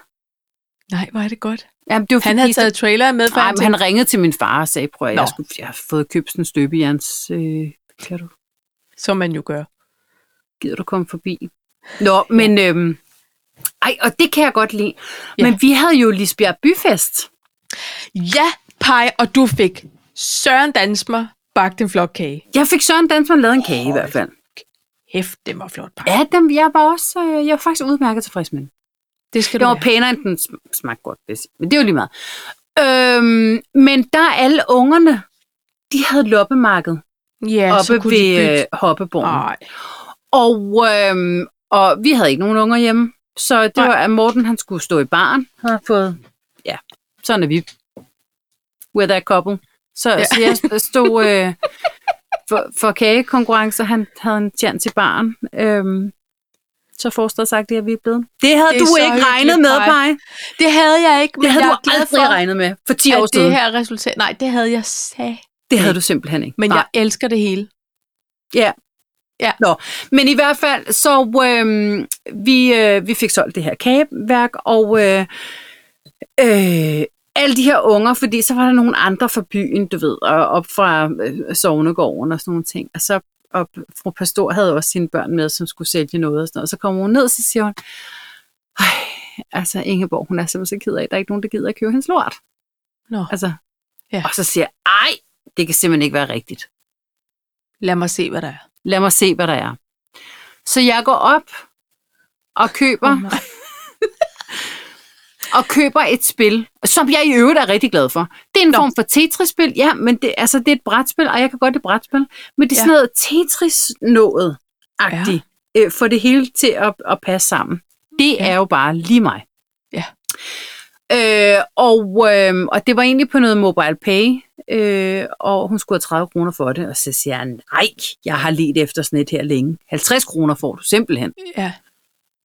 B: Nej, hvor er det godt.
A: Jamen, det var
B: Han
A: fordi,
B: havde taget trailer med, for
A: Nej,
B: han
A: men
B: tænkte,
A: han ringede til min far og sagde, prøv at jeg,
B: Nå.
A: skulle, jeg har fået købt sådan en støbejerns... Øh, kan du
B: som man jo gør.
A: gider du komme forbi? Nå, men... Øhm, ej, og det kan jeg godt lide. Ja.
B: Ja.
A: Men vi havde jo Lisbjerg Byfest.
B: Ja, pej, og du fik Søren Dansmer bagt en flok kage.
A: Jeg fik Søren Dansman lavet en kage i hvert fald.
B: Hæft, det var flot, pej.
A: Ja, dem, jeg var også... Øh, jeg var faktisk udmærket tilfreds med den.
B: Det skal
A: Den
B: du
A: var
B: have.
A: pænere, end den sm- smagte godt, vil jeg sige. men det er jo lige meget. Øhm, men der er alle ungerne, de havde loppemarked
B: Ja,
A: ja,
B: så
A: oppe
B: kunne de
A: ved øh,
B: bytte.
A: Hoppeborgen.
B: Ej,
A: Og, øhm, og vi havde ikke nogen unger hjemme, så det
B: Nej.
A: var, at Morten han skulle stå i baren. Han havde fået, ja, sådan er vi. We're that couple. Så, ja.
B: Ja.
A: så jeg stod øh, for, for kagekonkurrencer, han havde en tjans i baren. Øhm, så forstår sagt det, at vi er blevet. Det havde
B: Det
A: det du
B: er så
A: ikke regnet
B: hyggeligt,
A: med,
B: Paj.
A: Paj.
B: det havde jeg ikke, men
A: Det havde
B: jeg
A: du
B: er glad
A: aldrig
B: for,
A: regnet med for 10 år
B: at
A: siden.
B: det her resultat... Nej, det havde jeg sag.
A: Det havde du simpelthen ikke.
B: Men
A: Nej.
B: jeg elsker det hele.
A: Ja.
B: Ja.
A: Nå, men i hvert fald, så øhm, vi, øh, vi fik solgt det her kageværk, og øh, øh, alle de her unger, fordi så var der nogle andre fra byen, du ved, og op fra øh, Sognegården og sådan nogle ting, og så og fru Pastor havde også sine børn med, som skulle sælge noget og sådan noget, og så kommer hun ned, og så siger hun, Ej, altså Ingeborg, hun er simpelthen så ked af, at der er ikke nogen, der gider at købe hendes lort.
B: Nå,
A: Altså,
B: Ja.
A: ja. Og så siger jeg, ej, det kan simpelthen ikke være rigtigt
B: lad mig se, hvad der er.
A: lad mig se, hvad der er. Så jeg går op og køber,
B: Åh, nej.
A: og køber et spil, som jeg i øvrigt er rigtig glad for. Det er en
B: Nå.
A: Nå. form for Tetris-spil, ja, men det, altså, det er et brætspil, og jeg kan godt det brætspil, men det er
B: Ja.
A: sådan noget Tetris-nået agtigt øh, for det hele til at, at passe sammen. Det
B: Ja.
A: ja. er jo bare lige mig.
B: Ja.
A: Øh, og, øh, og det var egentlig på noget mobile pay, øh, og hun skulle have 30 kroner for det, og så siger jeg, nej, jeg har let efter sådan et her længe. 50 kroner får du simpelthen.
B: Ja,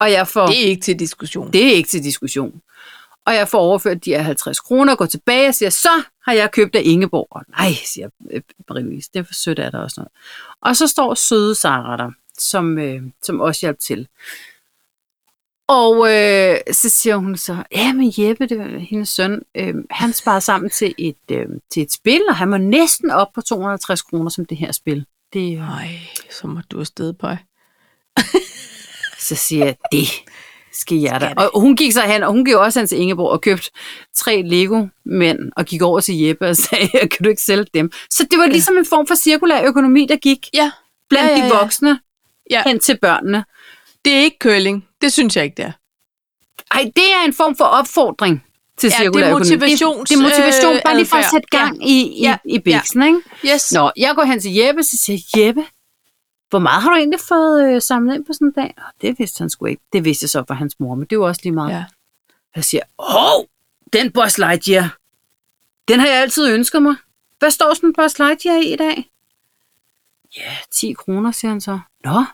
A: Og jeg får...
B: det er ikke til diskussion.
A: Det er ikke til diskussion. Og jeg får overført de her 50 kroner, går tilbage og siger, så har jeg købt af Ingeborg. Og nej, siger øh, Marie-Louise, det er for sødt af dig også noget. Og så står søde Sara der, som, øh, som også hjalp til. Og øh, så siger hun så, ja, men Jeppe, det var hendes søn, øh, han sparer sammen til et, øh, til et spil, og han var næsten op på 250 kroner, som det her spil. Det, øh,
B: Nej, så må du afsted på.
A: Så siger jeg, det skal jeg da.
B: Skal det.
A: Og hun gik så hen, og hun gik også hen til Ingeborg og købte tre Lego-mænd, og gik over til Jeppe og sagde, kan du ikke sælge dem? Så det var ligesom en form for cirkulær økonomi, der gik
B: Ja,
A: blandt
B: Ja,
A: ja,
B: ja,
A: ja,
B: ja.
A: de voksne
B: Ja.
A: ja. hen til børnene.
B: det er ikke curling. Det synes jeg ikke, det er.
A: Ej, det er en form for opfordring til
B: Ja,
A: cirkulær
B: det er
A: økonomi.
B: motivations-
A: det, det er motivation,
B: øh,
A: bare lige for at
B: adfærd.
A: sætte gang ja. i, i,
B: Ja,
A: ja. i bæksen, ikke?
B: Yes.
A: Nå, jeg går hen til Jeppe, så siger jeg, Jeppe, hvor meget har du egentlig fået øh, samlet ind på sådan en dag? Og det vidste han sgu ikke. Det vidste jeg så fra hans mor, men det var også lige meget.
B: Ja.
A: Jeg siger, hov, den Buzz Lightyear, den har jeg altid ønsket mig. Hvad står sådan en Buzz Lightyear i i dag? Ja, 10 kroner, siger han så. Nå,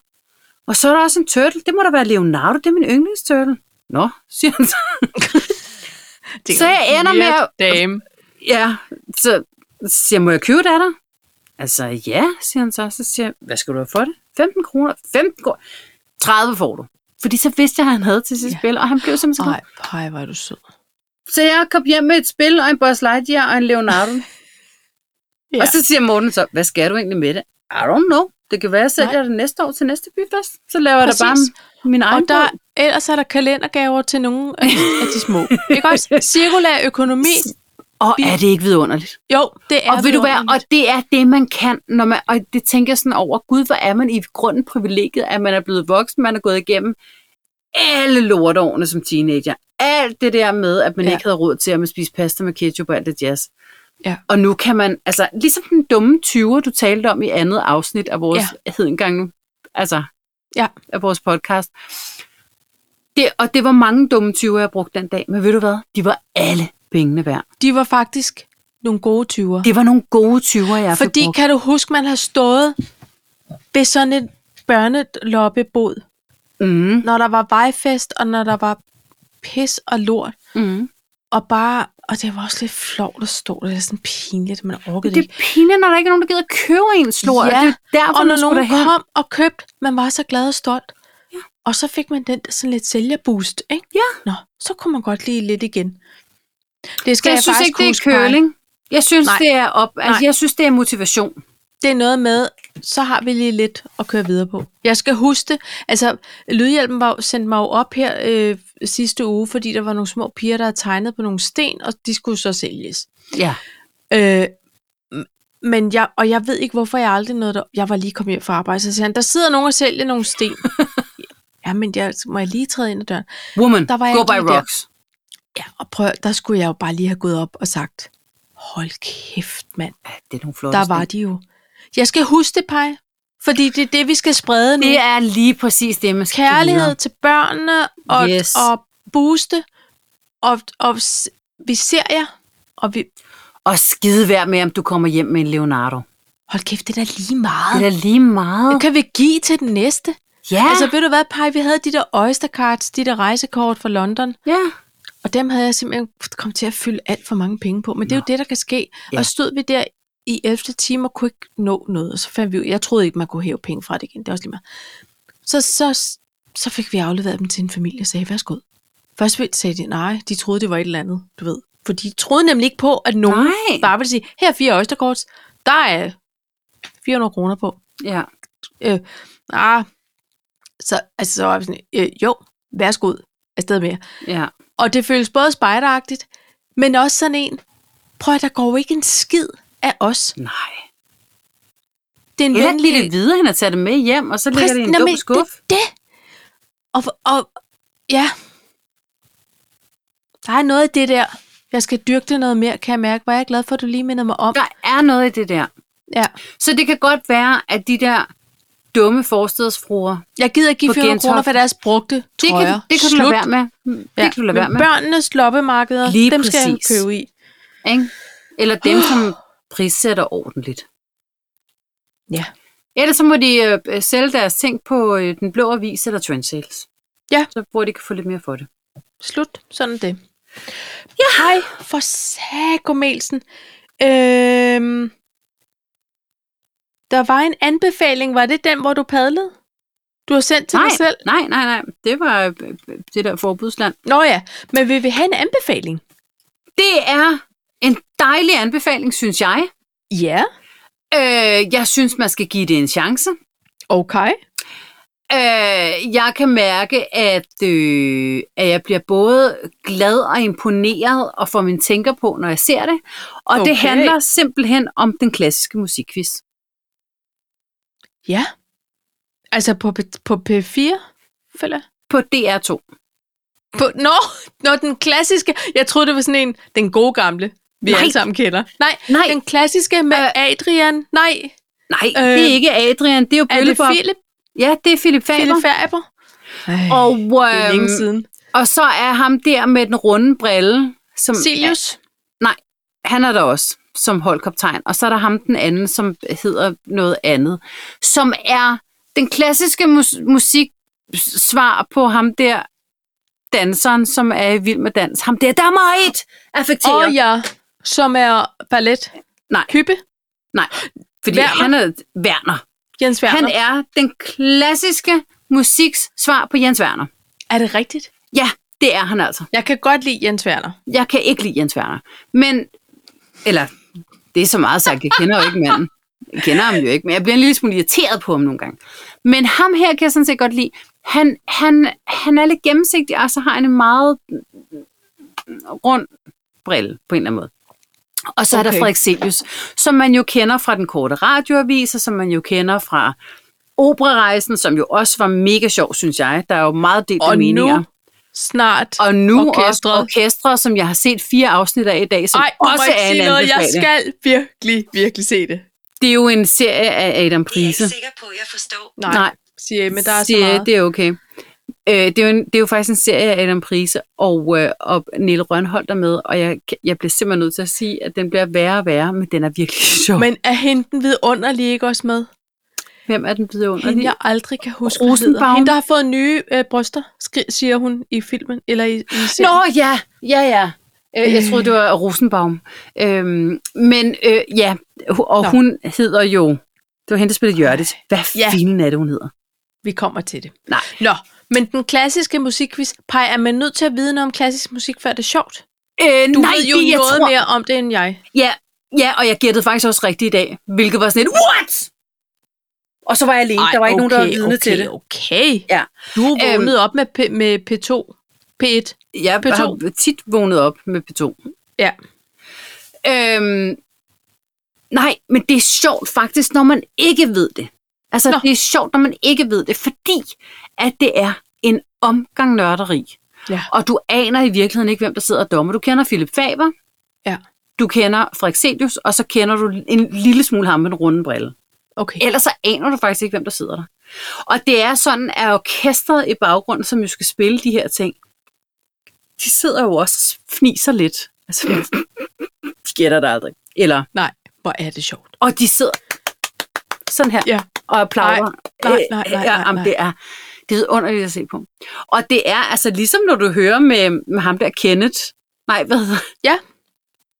A: og så er der også en turtle. Det må da være Leonardo, det er min yndlingsturtle. Nå, siger han så.
B: Det
A: Så
B: er
A: jeg ender med
B: weird
A: at-
B: Dame.
A: Ja, så siger jeg, må jeg købe det af dig? Altså, ja, siger han så. Så siger jeg, hvad skal du have for det? 15 kroner? 15 kroner? 30 får du. Fordi så vidste jeg, at han havde til sit
B: Ja.
A: ja. spil, og han blev simpelthen så glad.
B: Nej, pej, hvor er du sød.
A: Så jeg kom hjem med et spil, og en Buzz Lightyear og en Leonardo.
B: Ja.
A: ja. Og så siger Morten så, hvad skal du egentlig med det? I don't know. Det kan være, at jeg sælger
B: Nej.
A: det næste år til næste byfest. Så laver jeg da bare
B: Præcis.
A: min egen
B: Og der,
A: bog.
B: ellers er der kalendergaver til nogle af, af de små. Ikke også? Cirkulær økonomi.
A: Og
B: vi-
A: er det ikke vidunderligt?
B: Jo, det er
A: og, ved du hvad, og
B: vidunderligt.
A: det er det, man kan, når man, og det tænker jeg sådan over, gud, hvor er man i grunden privilegiet, at man er blevet voksen, man er gået igennem alle lortårene som teenager. Alt det der med, at man
B: Ja.
A: ja. ikke havde råd til at man spise pasta med ketchup og alt det jazz.
B: Ja.
A: Og nu kan man, altså ligesom den dumme 20'er, du talte om i andet afsnit af vores ja. hedengang nu, altså
B: Ja.
A: af vores podcast. Det, og det var mange dumme 20'er, jeg brugte den dag, men ved du hvad, de var alle pengene værd.
B: De var faktisk nogle gode tyver.
A: Det var nogle gode 20'er, jeg fik
B: Fordi
A: brugt.
B: kan du huske, man har stået ved sådan et børneloppebod,
A: Mm.
B: når der var vejfest, og når der var pis og lort,
A: Mm.
B: og bare, og det var også lidt flovt at stå der, det er sådan pinligt, at man orkede det,
A: Det
B: det
A: er pinligt, når der ikke er nogen, der gider at købe ens lort.
B: Ja,
A: Ja. Det er derfor,
B: Og når
A: man skulle
B: nogen
A: derhen.
B: kom og købte, man var så glad og stolt. Ja. Og så fik man den der sådan lidt sælgerboost, ikke?
A: Ja.
B: Nå, så kunne man godt lide lidt igen. Det skal
A: Så
B: jeg,
A: jeg synes
B: faktisk
A: ikke, det er
B: huske, Maja.
A: køling. Jeg synes,
B: Nej.
A: det er op. Altså,
B: Nej.
A: jeg synes, det er motivation.
B: det er noget med, så har vi lige lidt at køre videre på. Jeg skal huske det. Altså, Lydhjælpen var, jo- sendte mig jo op her øh, sidste uge, fordi der var nogle små piger, der havde tegnet på nogle sten, og de skulle så sælges.
A: Ja.
B: Øh, m- men jeg, og jeg ved ikke, hvorfor jeg aldrig nåede der. Jeg var lige kommet hjem fra arbejde, så siger han, der sidder nogen og sælger nogle sten. ja, men jeg, må jeg lige træde ind ad døren?
A: Woman,
B: Der var jeg
A: go
B: ikke
A: by
B: lige der.
A: rocks.
B: Ja, og prøv, der skulle jeg jo bare lige have gået op og sagt, hold kæft, mand.
A: Ja, det er nogle flotte
B: Der var de jo. Jeg skal huske det, Paj, fordi det er det, vi skal sprede nu.
A: Det er lige præcis det, man skal
B: Kærlighed
A: videre.
B: til børnene og,
A: Yes.
B: og booste. Og, og s- vi ser jer, og vi...
A: Og skide værd med, om du kommer hjem med en Leonardo.
B: Hold kæft, det er da lige
A: Det
B: meget.
A: er da lige meget.
B: Det kan vi give til den næste.
A: Ja,
B: Altså, ved du hvad, Paj, vi havde de der Oyster Cards, de der rejsekort fra London,
A: ja.
B: og dem havde jeg simpelthen kommet til at fylde alt for mange penge på, men det er jo det, der kan ske.
A: Ja.
B: Ja. Og stod vi der i 11. time og kunne ikke nå noget, og så fandt vi ud, jeg troede ikke, man kunne hæve penge fra det igen, det er også lige meget. Så, så, så fik vi afleveret dem til en familie og sagde, værsgo. Først ville- sagde de, nej, de troede, det var et eller andet, du ved. For de troede nemlig ikke på, at nogen
A: Nej.
B: bare ville sige, her er fire oysterkorts, der er 400 kroner på
A: ja.
B: øh, ah, så, altså, så var jeg sådan, øh, jo, værsgo, afsted med jer.
A: ja.
B: Og det føles både spejderagtigt, men også sådan en, prøv at der går jo ikke en skid af os.
A: Nej.
B: Det er en
A: Eller giv det
B: venlig...
A: videre, end at tage det med hjem, og så ligger det i en
B: Nå, men
A: dum skuff.
B: Det, er det. Og, og, ja. Der er noget af det der, jeg skal dyrke det noget mere, kan jeg mærke. Var jeg glad for, at du lige mindede mig om.
A: Der er noget i det der.
B: Ja.
A: Så det kan godt være, at de der dumme forstedsfruer,
B: Jeg gider ikke give
A: På
B: 400 kroner
A: Gentofte.
B: for deres brugte
A: det kan,
B: trøjer.
A: det kan du lade
B: Slut.
A: være med. Det
B: Ja,
A: kan du lade
B: men
A: være med.
B: Børnenes loppemarkeder,
A: Lige
B: dem skal jeg
A: præcis.
B: købe i.
A: Ikke? Eller dem, som prissætter ordentligt.
B: Ja.
A: Ellers så må de øh, øh, sælge deres ting på øh, den blå avis eller Trendsales.
B: Ja.
A: Så hvor de kan få lidt mere for det.
B: Slut. Sådan er det. Ja. Hej for sagomelsen. Øhm, der var en anbefaling. Var det den, hvor du padlede? Du har sendt til
A: nej,
B: dig selv?
A: nej, nej, nej. Det var øh, øh, det der forbudsland.
B: Nå ja, men vil vi have en anbefaling?
A: Det er en dejlig anbefaling, synes jeg.
B: Ja.
A: Øh, jeg synes, man skal give det en chance.
B: Okay.
A: Øh, jeg kan mærke, at, øh, at jeg bliver både glad og imponeret og får mine tænker på, når jeg ser det. Og okay.
B: Okay.
A: det handler simpelthen om den klassiske musikquiz.
B: Ja. Altså på, P- på P4, føler jeg.
A: På DR2.
B: På, nå, nå, den klassiske. Jeg troede, det var sådan en, den gode gamle, vi
A: Nej.
B: alle sammen kender. Nej,
A: Nej.
B: den klassiske med
A: Øh.
B: Adrian. Nej,
A: Nej, øh,
B: Øh,
A: det er ikke Adrian, det er jo
B: er det
A: Bøllebop.
B: Philip?
A: Ja, det er Philip Faber.
B: Philip Faber? Ej.
A: Og,
B: Det er
A: øhm,
B: længe siden.
A: og så er ham der med den runde brille. Som,
B: Silius?
A: han er der også som holdkaptajn. Og så er der ham den anden, som hedder noget andet, som er den klassiske mus- musik svar på ham der danseren, som er i vild med dans. Ham der, der er meget affekteret.
B: Og
A: Oh, ja.
B: ja, som er ballet.
A: Nej.
B: Hyppe?
A: Fordi
B: Werner.
A: han er Werner.
B: Jens Werner.
A: Han er den klassiske musiks svar på Jens Werner.
B: er det rigtigt?
A: Ja, det er han altså.
B: Jeg kan godt lide Jens Werner.
A: Jeg kan ikke lide Jens Werner. Men, eller, det er så meget sagt, jeg kender jo ikke manden. Jeg kender ham jo ikke, men jeg bliver en lille smule irriteret på ham nogle gange. Men ham her kan jeg sådan set godt lide. Han, han, han er lidt gennemsigtig, og så har han en meget rund brille på en eller anden måde. Og så okay. er der
B: Okay.
A: Frederik Selius, som man jo kender fra den korte radioavis, og som man jo kender fra operarejsen, som jo også var mega sjov, synes jeg. Der er jo meget delt
B: Og
A: meninger.
B: nu snart.
A: Og nu orkestret.
B: Orkestret.
A: også orkestret, som jeg har set fire afsnit af i dag, som
B: Ej, du må
A: også
B: ikke
A: er en
B: sige noget. Jeg
A: anbefaling.
B: skal virkelig, virkelig se det.
A: Det er jo en serie af Adam
C: Det er jeg
A: Prise.
C: ikke sikker på, at jeg forstår.
B: Nej,
A: Nej.
B: Nej. Siger, jeg, men der er så
A: Siger jeg,
B: meget.
A: Det er okay. Øh, det, er jo en, det er jo faktisk en serie af Adam Prise, og, øh, og Niel Rønholdt er med, og jeg, kan- jeg bliver simpelthen nødt til at sige, at den bliver værre og værre, men den er virkelig sjov. Men,
B: Men er hende den vidunderlige ikke også med?
A: Hvem er den
B: Hende,
A: vidunderlige?
B: jeg aldrig kan huske, hvad hedder.
A: Rosenbaum.
B: Hende, der har fået nye øh, bryster, skri- siger hun i filmen. Eller i, i serien.
A: Nå ja, ja ja. Øh, jeg troede, det var Rosenbaum. Øhm, men øh, ja, og
B: Nå.
A: hun hedder jo, det var hende, der spillede Hjørtis. Hvad
B: Ja.
A: fanden er det, hun hedder?
B: Vi kommer til det.
A: Nej.
B: Nå, men den klassiske musikquiz, Paj, er man nødt til at vide noget om klassisk musik, før det er sjovt?
A: Øh,
B: Du ved jo
A: det, jeg
B: noget
A: tror,
B: mere om det, end jeg.
A: Ja, ja, og jeg gættede faktisk også rigtigt i dag, hvilket var sådan et, what? Og så var jeg alene, Ej, der var ikke okay, nogen, der var vidne
B: okay,
A: okay. til det.
B: Okay,
A: Ja.
B: Du er vågnet øhm, op med, P- med P2, P1.
A: Jeg
B: P2.
A: har tit vågnet op med P2.
B: Ja.
A: Øhm, nej, men det er sjovt faktisk, når man ikke ved det. Altså, Nå.
B: Nå.
A: det er sjovt, når man ikke ved det, fordi at det er en omgang nørderi.
B: Ja.
A: Og du aner i virkeligheden ikke, hvem der sidder og dommer. Du kender Philip Faber,
B: Ja.
A: du kender Frederik Selius, og så kender du en lille smule ham med den runde brille.
B: Okay.
A: Ellers så aner du faktisk ikke, hvem der sidder der. Og det er sådan, at orkestret i baggrunden, som jo skal spille de her ting, de sidder jo også og fniser lidt. Altså, de gætter det aldrig. Eller,
B: Nej, hvor er det sjovt.
A: og de sidder sådan her
B: Ja.
A: og applauder.
B: nej, nej, nej, nej,
A: ja, jamen,
B: nej.
A: Det er, det er underligt at se på. Og det er altså ligesom, når du hører med, med ham der Kenneth. Nej, hvad hedder
B: Ja.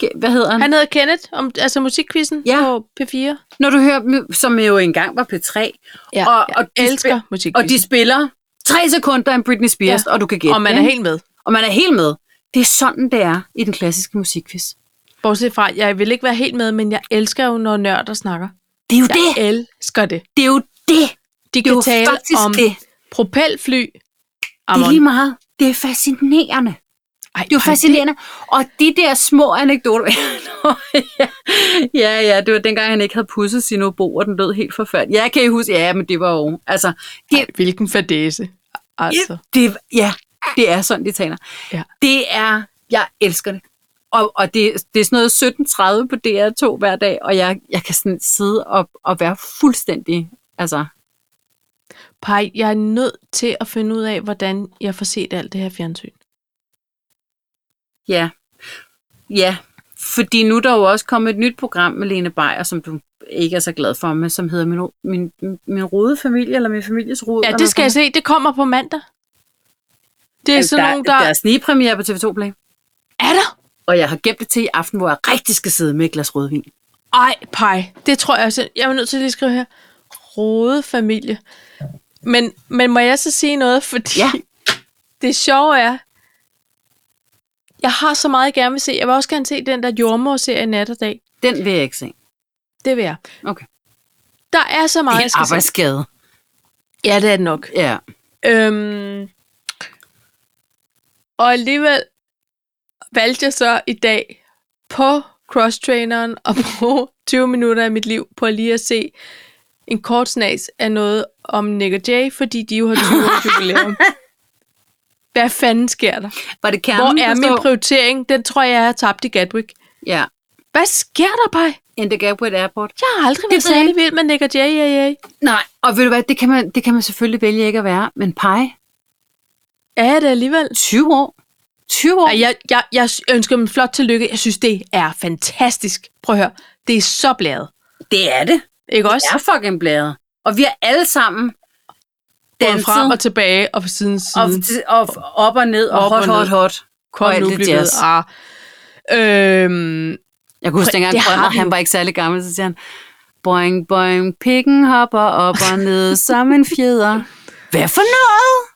A: Ge- Hvad hedder han?
B: Han hedder Kenneth, om, altså musikquizzen
A: Ja.
B: på P4. Ja,
A: Når du hører dem, som jo engang var P3, og
B: jeg
A: de
B: elsker
A: og
B: musikquizzen.
A: de spiller tre sekunder af Britney Spears, ja. og du kan gætte
B: og man
A: det,
B: er
A: ikke?
B: helt med.
A: og man er helt med. Det er sådan, det er i den klassiske musikquiz.
B: Bortset fra, jeg vil ikke være helt med, men jeg elsker jo, når nørder snakker.
A: Det er jo det!
B: Jeg elsker det.
A: Det er jo det!
B: De
A: Det er
B: kan
A: jo
B: tale
A: faktisk
B: om
A: det.
B: propelfly.
A: Det er lige meget. Det er fascinerende.
B: Ej,
A: Det er jo
B: ej,
A: fascinerende. Og de der små anekdoter... Nå, ja. ja, ja, det var dengang, han ikke havde pudset sin obo, og den lød helt forfærdelig. Ja, kan I huske? Ja, men det var jo... Altså, det,
B: Ej, hvilken fadese. Altså.
A: det, ja, det er sådan, de taler.
B: Ja.
A: Det er, jeg elsker det. Og, og det, det er sådan noget 17.30 på DR2 hver dag, og jeg, jeg kan sådan sidde og, og være fuldstændig, altså,
B: Pej, jeg er nødt til at finde ud af, hvordan jeg får set alt det her fjernsyn.
A: ja. Ja, fordi nu er der jo også kommet et nyt program med Lene Beyer, som du ikke er så glad for, men som hedder Min, Ro- min, min Rode Familie, eller Min Families Rode.
B: Ja,
A: eller
B: det skal
A: hvad
B: jeg se. Det kommer på mandag. Det er sådan
A: Altså, der,
B: nogen,
A: Der er
B: der...
A: snigpremiere på TV2 Play,
B: Er der?
A: og jeg har gemt det til i aften, hvor jeg rigtig skal sidde med et glas rødvin.
B: Ej, pej. Det tror jeg også. Jeg er nødt til lige at skrive her. Rode familie. Men, men må jeg så sige noget? Fordi
A: Ja.
B: det sjove er, jeg har så meget, jeg gerne vil se. Jeg vil også gerne se den der jordmor-serie nat og dag.
A: Den vil jeg ikke se.
B: Det vil jeg.
A: Okay.
B: Der er så
A: Det er
B: meget, jeg
A: en
B: skal se.
A: arbejdsskade.
B: Ja, det er det nok.
A: Ja.
B: Øhm, og alligevel valgte jeg så i dag på crosstraineren at bruge 20 minutter af mit liv på lige at se en kort snas af noget om Nick og Jay, fordi de jo har 20 års jubilæum. Hvad fanden sker der?
A: Var det kernen,
B: Hvor er
A: der
B: min
A: står?
B: prioritering? Den tror jeg, jeg har tabt i Gatwick.
A: Ja.
B: Hvad sker der, Paj?
A: In the Gatwick Airport.
B: Jeg har aldrig været
A: ved jeg
B: særlig vild med Nick og Jay. Ja, ja.
A: Nej, og ved du hvad, det kan man, det kan man selvfølgelig vælge ikke at være, men pej,
B: Er jeg det alligevel?
A: 20 år. 20 år.
B: Ej, jeg, jeg, jeg ønsker dem flot tillykke. Jeg synes, det er fantastisk. Prøv at høre. Det er så blæret.
A: det er det.
B: Ikke
A: Det
B: også?
A: er fucking blæret. Og vi har alle sammen
B: Både
A: danset
B: frem og tilbage og på siden
A: og,
B: siden.
A: og, op og ned og
B: Op
A: hot,
B: og ned.
A: hot, hot.
B: Kom
A: og alt
B: nu,
A: det
B: Blikket.
A: jazz.
B: Ah. Øhm,
A: Jeg kunne huske,
B: Præ-
A: dengang
B: det har
A: Krøller,
B: vi jo.
A: han var ikke særlig gammel, så siger han, boing, boing, pikken hopper op og ned som en fjeder. Hvad for noget?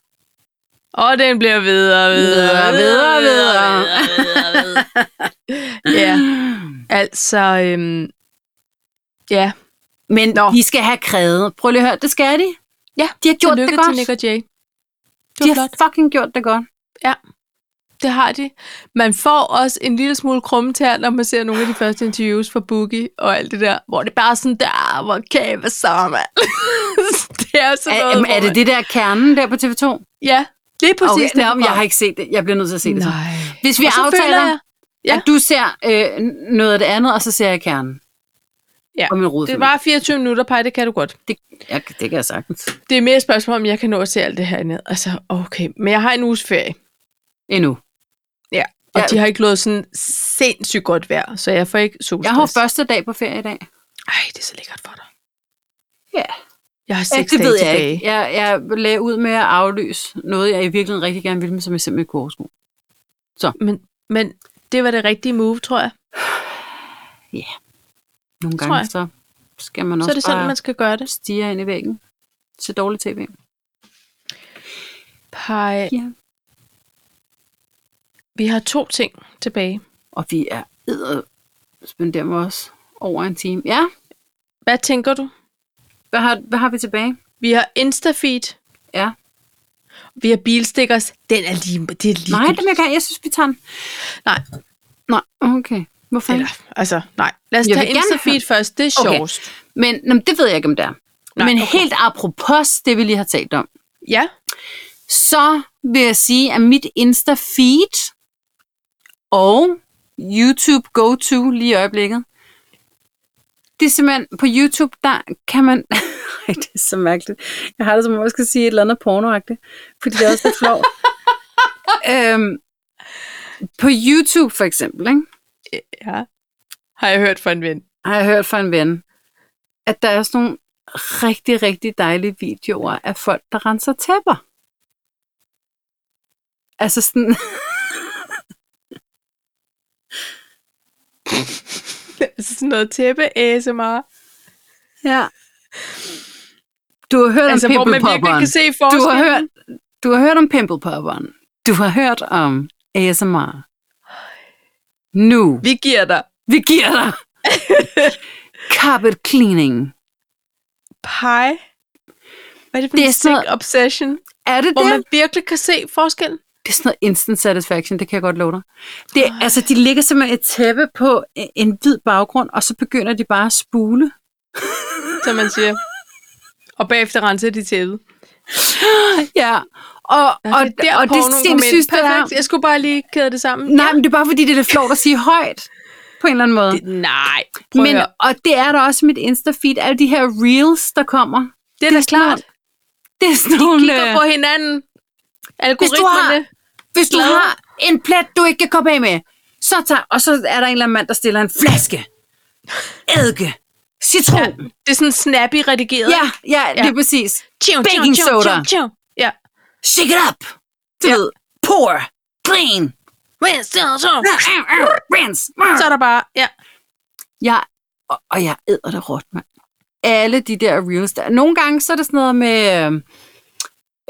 B: og den bliver videre,
A: Videre,
B: videre,
A: videre,
B: videre, videre, videre, videre. ja, altså, øhm, ja.
A: Men
B: Nå.
A: de skal have krævet. Prøv lige at høre, det skal de.
B: Ja,
A: de har gjort det
B: Tillykke
A: godt.
B: til Nick og Jay. Det
A: De
B: var
A: har
B: flot.
A: fucking gjort det godt.
B: Det har de. Man får også en lille smule krummetær, når man ser nogle af de første interviews fra Boogie og alt det der, hvor det bare er sådan der, hvor kæve så, mand. det er sådan noget,
A: Er,
B: hvor
A: er det
B: man-
A: det der kernen der på TV2?
B: Ja, lige præcis.
A: okay, nej, jeg har ikke set det. Jeg bliver nødt til at se det. Så.
B: Nej.
A: Hvis vi
B: Og så
A: aftaler,
B: føler jeg, ja.
A: at du ser øh, noget af det andet, og så ser jeg kernen.
B: Ja,
A: Og min rod.
B: det var 24 minutter, Paj, det kan du godt.
A: det, jeg, det kan jeg sagtens.
B: Det er mere et spørgsmål, om jeg kan nå at se alt det her ned. Altså, okay. Men jeg har en uges ferie.
A: Endnu.
B: Ja.
A: Ja.
B: Og ja. de har ikke lovet sådan sindssygt godt vejr, så jeg får ikke solstress.
A: Jeg har første dag på ferie i dag.
B: Ej, det er så lækkert for dig.
A: Ja.
B: Jeg har
A: Ja,
B: seks
A: det
B: dage
A: ved jeg
B: tilbage.
A: ikke. Jeg, jeg lagde ud med at aflyse noget, jeg i virkeligheden rigtig gerne ville, men som jeg simpelthen ikke kunne overskue.
B: Men, men det var det rigtige move, tror jeg.
A: Nogle
B: Tror
A: gange,
B: jeg.
A: så skal man
B: Så
A: også
B: er det sådan,
A: bare
B: man skal gøre det.
A: stige ind i væggen. Se dårlig tv.
B: Pej.
A: Ja.
B: Vi har to ting tilbage.
A: Og vi er edder spenderer mig også over en time. Ja,
B: Hvad tænker du?
A: hvad har, hvad har vi tilbage?
B: Vi har Instafeed.
A: Ja.
B: Vi har bilstickers. Den er lige... Det er lige
A: Nej, det vil jeg gerne. Jeg synes, vi tager den.
B: Nej.
A: Nej, okay. Hvorfor ikke?
B: Eller, altså, nej. Lad os
A: Jeg
B: tage
A: vil gerne
B: Instafeed først. Det er
A: Okay.
B: sjovest.
A: Men nå, men det ved jeg ikke, om det er.
B: Nej,
A: men
B: okay.
A: helt apropos det, vi lige har talt om,
B: Ja.
A: så vil jeg sige, at mit Insta-feed og YouTube go-to lige i øjeblikket, det er simpelthen, på YouTube, der kan man... Ej, det er så mærkeligt. Jeg har det som om, jeg skal sige et eller andet pornoagtigt, fordi det er også lidt flot. øhm, på YouTube for eksempel, ikke?
B: Ja. Har jeg hørt fra en ven.
A: har jeg hørt fra en ven, at der er sådan nogle rigtig, rigtig dejlige videoer af folk, der renser tæpper. Altså sådan...
B: Sådan noget tæppe ASMR.
A: Ja. Du har hørt altså,
B: Altså,
A: om
B: hvor man
A: pimple
B: virkelig
A: popperen.
B: kan se
A: Du har
B: forskellen.
A: hørt, du har hørt om pimple popperen. Du har hørt om ASMR. Nu,
B: Vi giver dig
A: vi giver dig carpet cleaning.
B: pie. Hvad er det for
A: Det er
B: en
A: sådan
B: sick obsession?
A: Er det
B: Hvor
A: det?
B: man virkelig kan se forskellen?
A: Det er sådan noget instant satisfaction, det kan jeg godt love dig. Det, er- altså, de ligger simpelthen et tæppe på en- en hvid baggrund, og så begynder de bare at spule.
B: som man siger. Og bagefter renser de tæppet.
A: Ja, og, og,
B: det er der,
A: og det er
B: pornoen kom ind.
A: sindssygt, det er.
B: Perfekt. Jeg skulle bare lige kæde det sammen.
A: Nej, men det er bare fordi, det er lidt flot at sige højt på en eller anden måde.
B: Det, nej. Prøv
A: Men,
B: at høre.
A: og det er der også i mit Insta-feed, alle de her reels, der kommer.
B: det er da
A: sådan
B: klart.
A: nogle- Det er sådan nogle,
B: Kigger
A: øh,
B: på hinanden.
A: hvis du har,
B: Algoritmerne.
A: hvis du
B: glade.
A: har en plet, du ikke kan komme af med, så tager, og så er der en eller anden mand, der stiller en flaske, eddike, citron. Ja.
B: Det er sådan snappy redigeret.
A: Ja, ja,
B: Ja.
A: ja, lige præcis.
B: Tjum,
A: Baking soda.
B: tjum. Ja.
A: Shake it up. Du
B: Ja.
A: ja. ved, pour, clean,
B: Men så, så.
A: rinse.
B: Så er der bare, ja.
A: Jeg, og, og jeg æder det råt, mand. Alle de der reels. Der. Nogle gange, så er det sådan noget med, øh,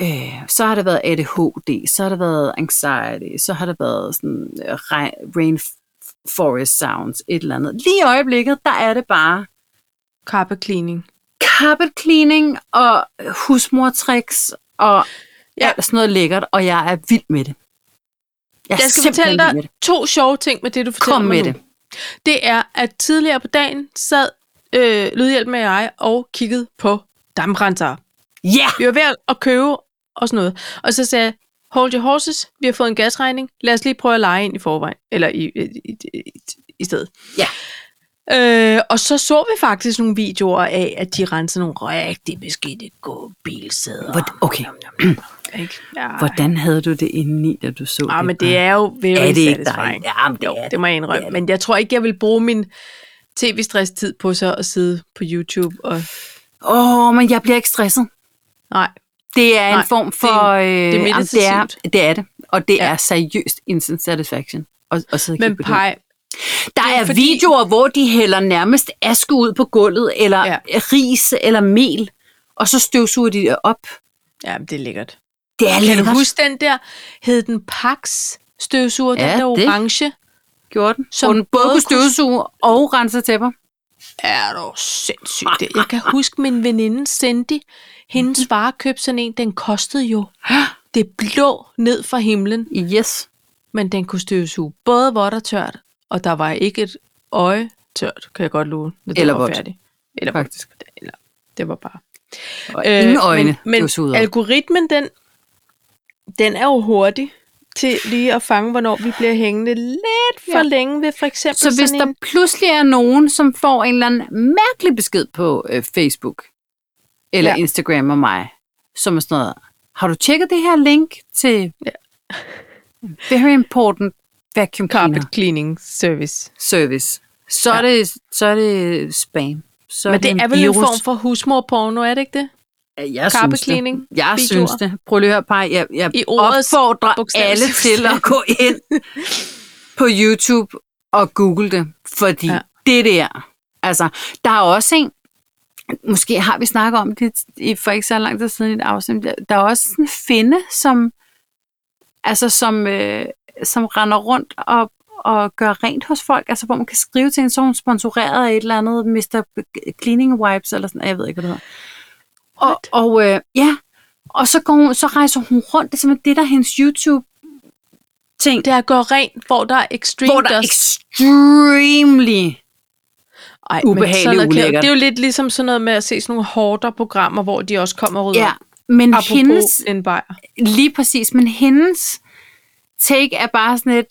A: øh, så har der været ADHD, så har der været anxiety, så har der været sådan øh, re- rainforest sounds, et eller andet. Lige i øjeblikket, der er det bare
B: Carpe cleaning.
A: carpet cleaning og husmortricks og
B: Ja.
A: ja. alt sådan noget lækkert, og jeg er vild med det. Jeg,
B: Jeg skal
A: simpelthen
B: fortælle
A: vild med
B: dig
A: det.
B: to sjove ting med det, du fortæller
A: Kom
B: mig
A: med
B: nu.
A: det.
B: Det er, at tidligere på dagen sad øh, Lydhjælp med jeg og kiggede på damprenser.
A: Ja!
B: Vi var ved at købe og sådan noget. Og så sagde jeg, hold your horses, vi har fået en gasregning. Lad os lige prøve at lege ind i forvejen. Eller i, i, i, i, i stedet.
A: Ja.
B: Øh, og så så vi faktisk nogle videoer af, at de rensede nogle rigtig beskidte gode bilsæder.
A: Hvor- Okay,
B: Ikke? Ja.
A: hvordan havde du det indeni, da du så
B: Ja,
A: det?
B: Ah, men det er jo very
A: Er det ikke
B: satisfying.
A: dejligt? Ja, men det
B: jo,
A: er det.
B: det må jeg indrømme. Men jeg tror ikke, jeg vil bruge min tv-stress-tid på så at sidde på YouTube. Og...
A: Åh, oh, men jeg bliver ikke stresset.
B: Nej,
A: Det er
B: Nej,
A: en form
B: det
A: for...
B: er-
A: øh,
B: er
A: jamen, det, er,
B: meditativt.
A: det er det. Og det
B: Ja.
A: ja. er seriøst instant satisfaction. Og, og sidde og
B: men
A: kigge på det.
B: pej,
A: Der
B: det er
A: er
B: fordi-
A: fordi... videoer, hvor de hælder nærmest aske ud på gulvet, eller
B: Ja.
A: ja. ris, eller mel, og så støvsuger de det op.
B: ja, men det er lækkert.
A: Det er
B: Kan
A: lækkert.
B: du huske den der, hed den Pax støvsuger, ja,
A: Ja,
B: den der
A: det.
B: orange?
A: gjorde den?
B: Som
A: Som den både
B: både
A: kunne støvsuge og rense tæpper.
B: Er du sindssygt
A: Ah,
B: det? Jeg kan huske min veninde Cindy, hendes
A: Mhm.
B: far købte sådan en, den kostede jo det blå ned fra himlen,
A: Yes.
B: men den kunne støvsuge både vådt og tørt, og der var ikke et øje tørt, kan jeg godt love, når det
A: Eller
B: var
A: vådt.
B: færdig. Eller vådt.
A: Faktisk.
B: Eller, det var bare.
A: Og øh, ingen øjne
B: men,
A: støvsuget
B: men
A: op.
B: algoritmen, den, den er jo hurtig til lige at fange, hvornår vi bliver hængende lidt for
A: Ja.
B: længe ved for eksempel
A: Så hvis
B: sådan
A: der
B: en...
A: pludselig er nogen, som får en eller anden mærkelig besked på øh, Facebook, eller
B: Ja.
A: ja. Instagram og mig, som er sådan noget, har du tjekket det her link til
B: Ja.
A: ja. very important vacuum cleaner
B: Carpet cleaning service.
A: service, så,
B: Ja.
A: er det, så er det spam. Så
B: Men det
A: en
B: er vel
A: virus.
B: en form for husmorporno, er det ikke det?
A: jeg
B: carpet
A: synes det.
B: cleaning
A: Jeg
B: videoer.
A: synes det. Prøv lige at høre, par. Jeg, jeg
B: I ordets
A: opfordrer
B: bogstavelig
A: alle til
B: forstand.
A: at gå ind på YouTube og google det, fordi
B: Ja.
A: ja. det der, altså, der er også en, måske har vi snakket om det i- for ikke så lang tid siden i et afsnit, der- der er også sådan en finde, som, altså, som, øh, som render rundt og, og gør rent hos folk, altså hvor man kan skrive til en, så er hun sponsoreret af et eller andet Mr. Cleaning Wipes, eller sådan, jeg ved ikke, hvad det hedder. Og, og øh, ja, og så, går hun, så rejser hun rundt. Det er simpelthen det, der er hendes YouTube-ting,
B: Det er at gøre rent, hvor der er extreme
A: hvor der er
B: dust.
A: extremely...
B: Ej, men
A: ubehageligt
B: sådan noget kan-
A: ulækkert.
B: Det er jo lidt ligesom sådan noget med at se sådan nogle hårder programmer, hvor de også kommer og rydder
A: Ja,
B: op.
A: Men
B: Apropos
A: hendes,
B: en bajer.
A: lige præcis, men hendes take er bare sådan et,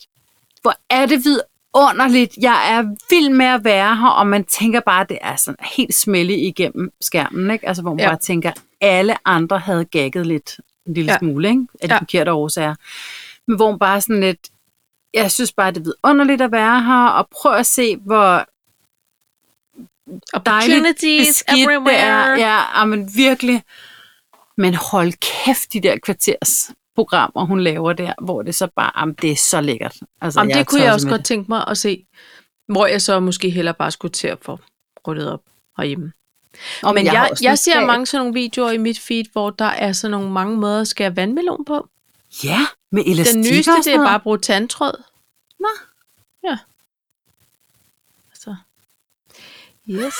A: hvor er det vidunderligt, jeg er vild med at være her, og man tænker bare, at det er sådan helt smælde igennem skærmen, ikke? Altså, hvor man
B: Ja.
A: ja. bare tænker, alle andre havde gagget lidt, en lille
B: Ja.
A: ja. smule, ikke? Af de
B: Ja.
A: ja. forkerte årsager. Men hvor man bare sådan lidt, jeg synes bare, det er vidunderligt at være her, og prøv at se, hvor dejligt
B: Opportunities
A: beskidt
B: everywhere.
A: det er. Ja, ah, men virkelig. Men hold kæft, de der kvarters programmer, hun laver der, hvor det så bare, jamen, det er så lækkert. Altså,
B: Jamen,
A: er
B: det kunne jeg
A: tosset
B: også
A: med
B: godt tænke mig at se, hvor jeg så måske heller bare skulle til at få ryddet op herhjemme.
A: det. Åh,
B: Men jeg,
A: har
B: jeg,
A: også en
B: jeg ser
A: dag-
B: mange sådan nogle videoer i mit feed, hvor der er sådan nogle mange måder at skære vandmelon på.
A: Ja, med elastik
B: Den nyeste, det er bare at bruge tandtråd.
A: Nå.
B: Ja. Så. Yes.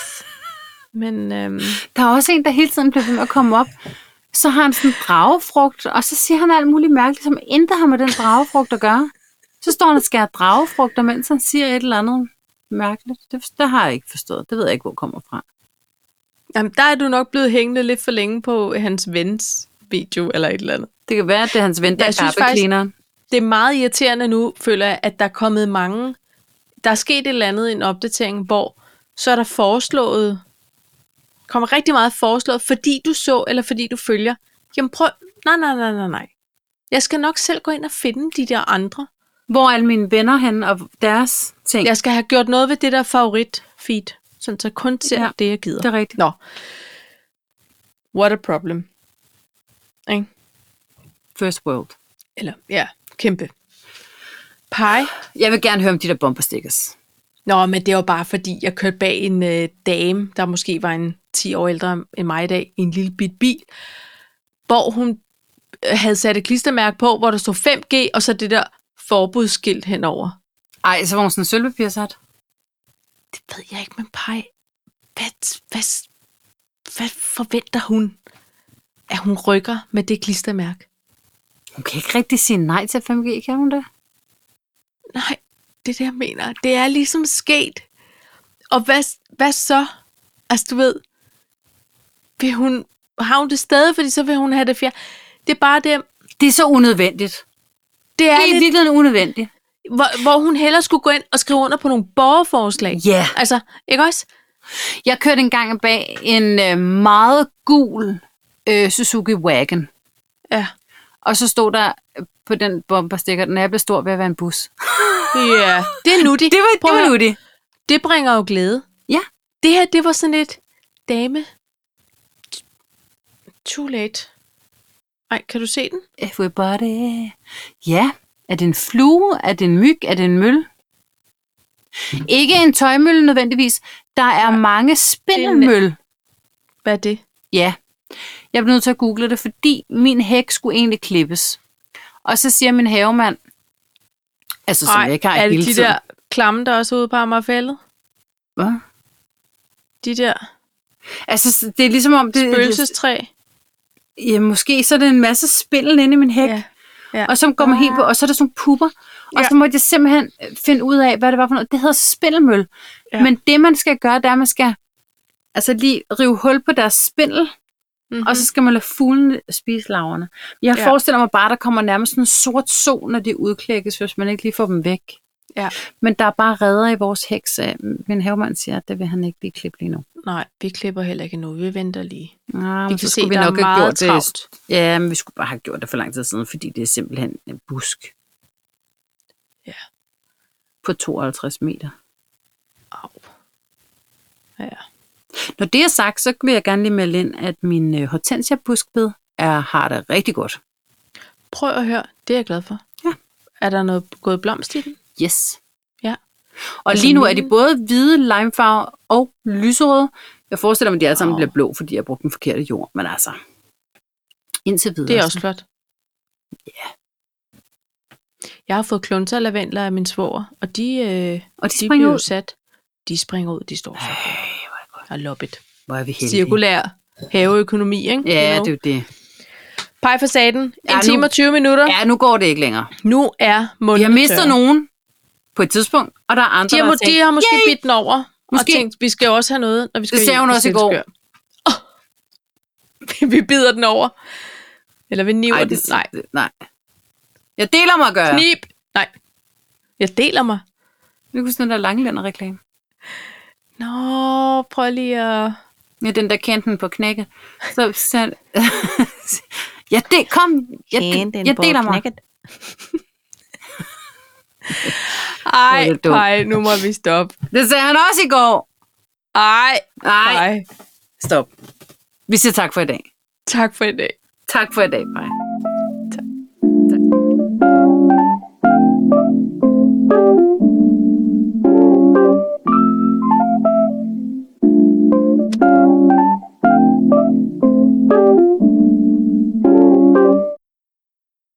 B: Men øhm,
A: Der er også en, der hele tiden bliver ved med at komme op. Så har han sådan en dragefrugt, og så siger han alt muligt mærkeligt, som intet har med den dragefrugt at gøre. Så står han og skærer dragefrugter, mens han siger et eller andet mærkeligt. Det, det har jeg ikke forstået. Det ved jeg ikke, hvor det kommer fra.
B: jamen, der er du nok blevet hængende lidt for længe på hans vens video eller et eller andet.
A: Det kan være, at det er hans ven, der
B: Jeg synes
A: er cleaneren.
B: det er meget irriterende nu, føler jeg, at der er kommet mange... Der er sket et eller andet i en opdatering, hvor så er der foreslået... Kommer rigtig meget foreslået, fordi du så, eller fordi du følger. Jamen prøv... Nej, nej, nej, nej, nej. Jeg skal nok selv gå ind og finde de der andre.
A: Hvor er alle mine venner hen og deres ting?
B: Jeg skal have gjort noget ved det der favorit-feed, sådan så jeg kun ser ja,
A: Ja,
B: det, jeg gider.
A: det er rigtigt.
B: Nå. What a problem. Ikke?
A: First world.
B: Eller, ja, kæmpe. Pie.
A: Jeg vil gerne høre om de der bomberstickers.
B: Nå, men det var bare fordi, jeg kørte bag en øh, dame, der måske var en 10 år ældre end mig i dag, i en lille bit bil, hvor hun øh, havde sat et klistermærke på, hvor der stod 5G, og så det der forbudsskilt henover.
A: Ej, så var hun sådan en sølvpapirshat.
B: Det ved jeg ikke, men pej, hvad, hvad, hvad forventer hun, at hun rykker med det klistermærke?
A: Hun kan ikke rigtig sige nej til 5G, kan hun det?
B: Nej, det er det, jeg mener. Det er ligesom sket. Og hvad, hvad så? Altså, du ved, vil hun, har hun det stadig, fordi så vil hun have det fjerde. Det er bare det,
A: Det er så unødvendigt.
B: det er
A: Det er i
B: lidt,
A: virkeligheden unødvendigt.
B: hvor, hvor hun hellere skulle gå ind og skrive under på nogle borgerforslag.
A: Ja.
B: Altså, ikke også?
A: Jeg kørte engang bag en øh, meget gul øh, Suzuki Wagon.
B: Ja.
A: Og så stod der øh, på den bomberstikker, når jeg blev stor ved at være en bus.
B: Ja, det er nuttigt.
A: Det var,
B: Prøv
A: det
B: at
A: var
B: høre.
A: nu det.
B: Det bringer jo glæde.
A: Ja.
B: Det her, det var sådan et dame. Too late. Ej, kan du se den?
A: Everybody. Ja, er det en flue? Er det en myg? Er det en møl? Ikke en tøjmølle nødvendigvis. Der er mange spindelmøl.
B: Hvad er det?
A: Ja. Jeg blev nødt til at google det, fordi min hæk skulle egentlig klippes. Og så siger min havemand, altså som jeg ikke har
B: er
A: hele
B: det de
A: tiden.
B: der klamme, der også er ude på Amagerfællet?
A: Hvad?
B: De der
A: Altså, så det er ligesom om... Det,
B: spøgelsestræ?
A: ja, måske så er det en masse spindel inde i min hæk.
B: Ja. ja.
A: Og så går man helt på, og så er der sådan nogle pupper. Og
B: Ah. Ja.
A: så måtte jeg simpelthen øh, finde ud af, hvad det var for noget. Det hedder spindelmøl.
B: Ja.
A: Ja. Men det, man skal gøre, det er, at man skal altså lige rive hul på deres spindel, mm-hmm.
B: mm-hmm.
A: og så skal man lade fuglene spise laverne. Jeg
B: Ja.
A: ja. forestiller mig bare, at der kommer nærmest sådan en sort sol, når de udklækkes, hvis man ikke lige får dem væk.
B: Ja.
A: Men der er bare redder i vores heks. øh, Min havemand siger, at det vil han ikke lige klippe lige nu. Ah,
B: Nej, vi klipper heller ikke nu. Vi venter lige.
A: Ja,
B: Vi kan se, der er meget travlt.
A: Ja, men vi skulle bare have gjort det for lang tid siden, fordi det er simpelthen en busk.
B: Ja.
A: På 52 meter.
B: Au. Ja.
A: Når det er sagt, så vil jeg gerne lige melde ind, at min øh, hortensia-buskbed er, har det rigtig godt.
B: Prøv at høre. Det er jeg glad for.
A: Ja.
B: Er der noget gået blomst i den?
A: Yes.
B: Ja.
A: Og
B: Altså
A: lige nu er
B: mine-
A: de både hvide, limefarve og lyserøde. Jeg forestiller mig, at de alle sammen
B: Wow.
A: bliver blå, fordi jeg brugte den forkerte jord. Men altså, indtil videre.
B: Det er også flot. Ja. Jeg har fået klunter lavendler af min svoger, og de, øh,
A: Og de
B: de
A: springer
B: bliver ud.
A: ud.
B: sat. De springer ud, de står
A: Ej,
B: så.
A: hvor er det godt.
B: I love it.
A: Hvor er vi heldige.
B: Cirkulær haveøkonomi, ikke?
A: Ja, det er jo det.
B: Pej for saten. En
A: Ja, nu-
B: time og 20 minutter.
A: Ja, nu går det ikke længere.
B: Nu er munden
A: Vi har mistet
B: tør.
A: nogen på et tidspunkt, og der er andre,
B: De har,
A: der
B: må,
A: har
B: de
A: tænkt,
B: har måske Yay! bidt den over, måske. og
A: Måske.
B: tænkt, vi skal jo også have noget, når vi skal
A: Det sagde
B: hjem
A: hun
B: til
A: også i går.
B: Silskør. vi bider den over. Eller vi niver
A: Ej,
B: den.
A: det,
B: Nej.
A: nej. Jeg deler mig at gøre.
B: Knib. Nej. Jeg deler mig.
A: Nu kunne sådan den der langlænder reklame.
B: Nå, prøv lige at...
A: Ja, den der kendte den på knækket. Så, så jeg de, kom, jeg, de, jeg deler mig.
B: Ej,
A: Hvor er det dumt.
B: nej, nu må vi stoppe.
A: Det sagde han også i går.
B: Ej,
A: Nej,
B: nej.
A: stop. Vi siger tak for i dag.
B: Tak for i dag.
A: Tak for i dag, Maja.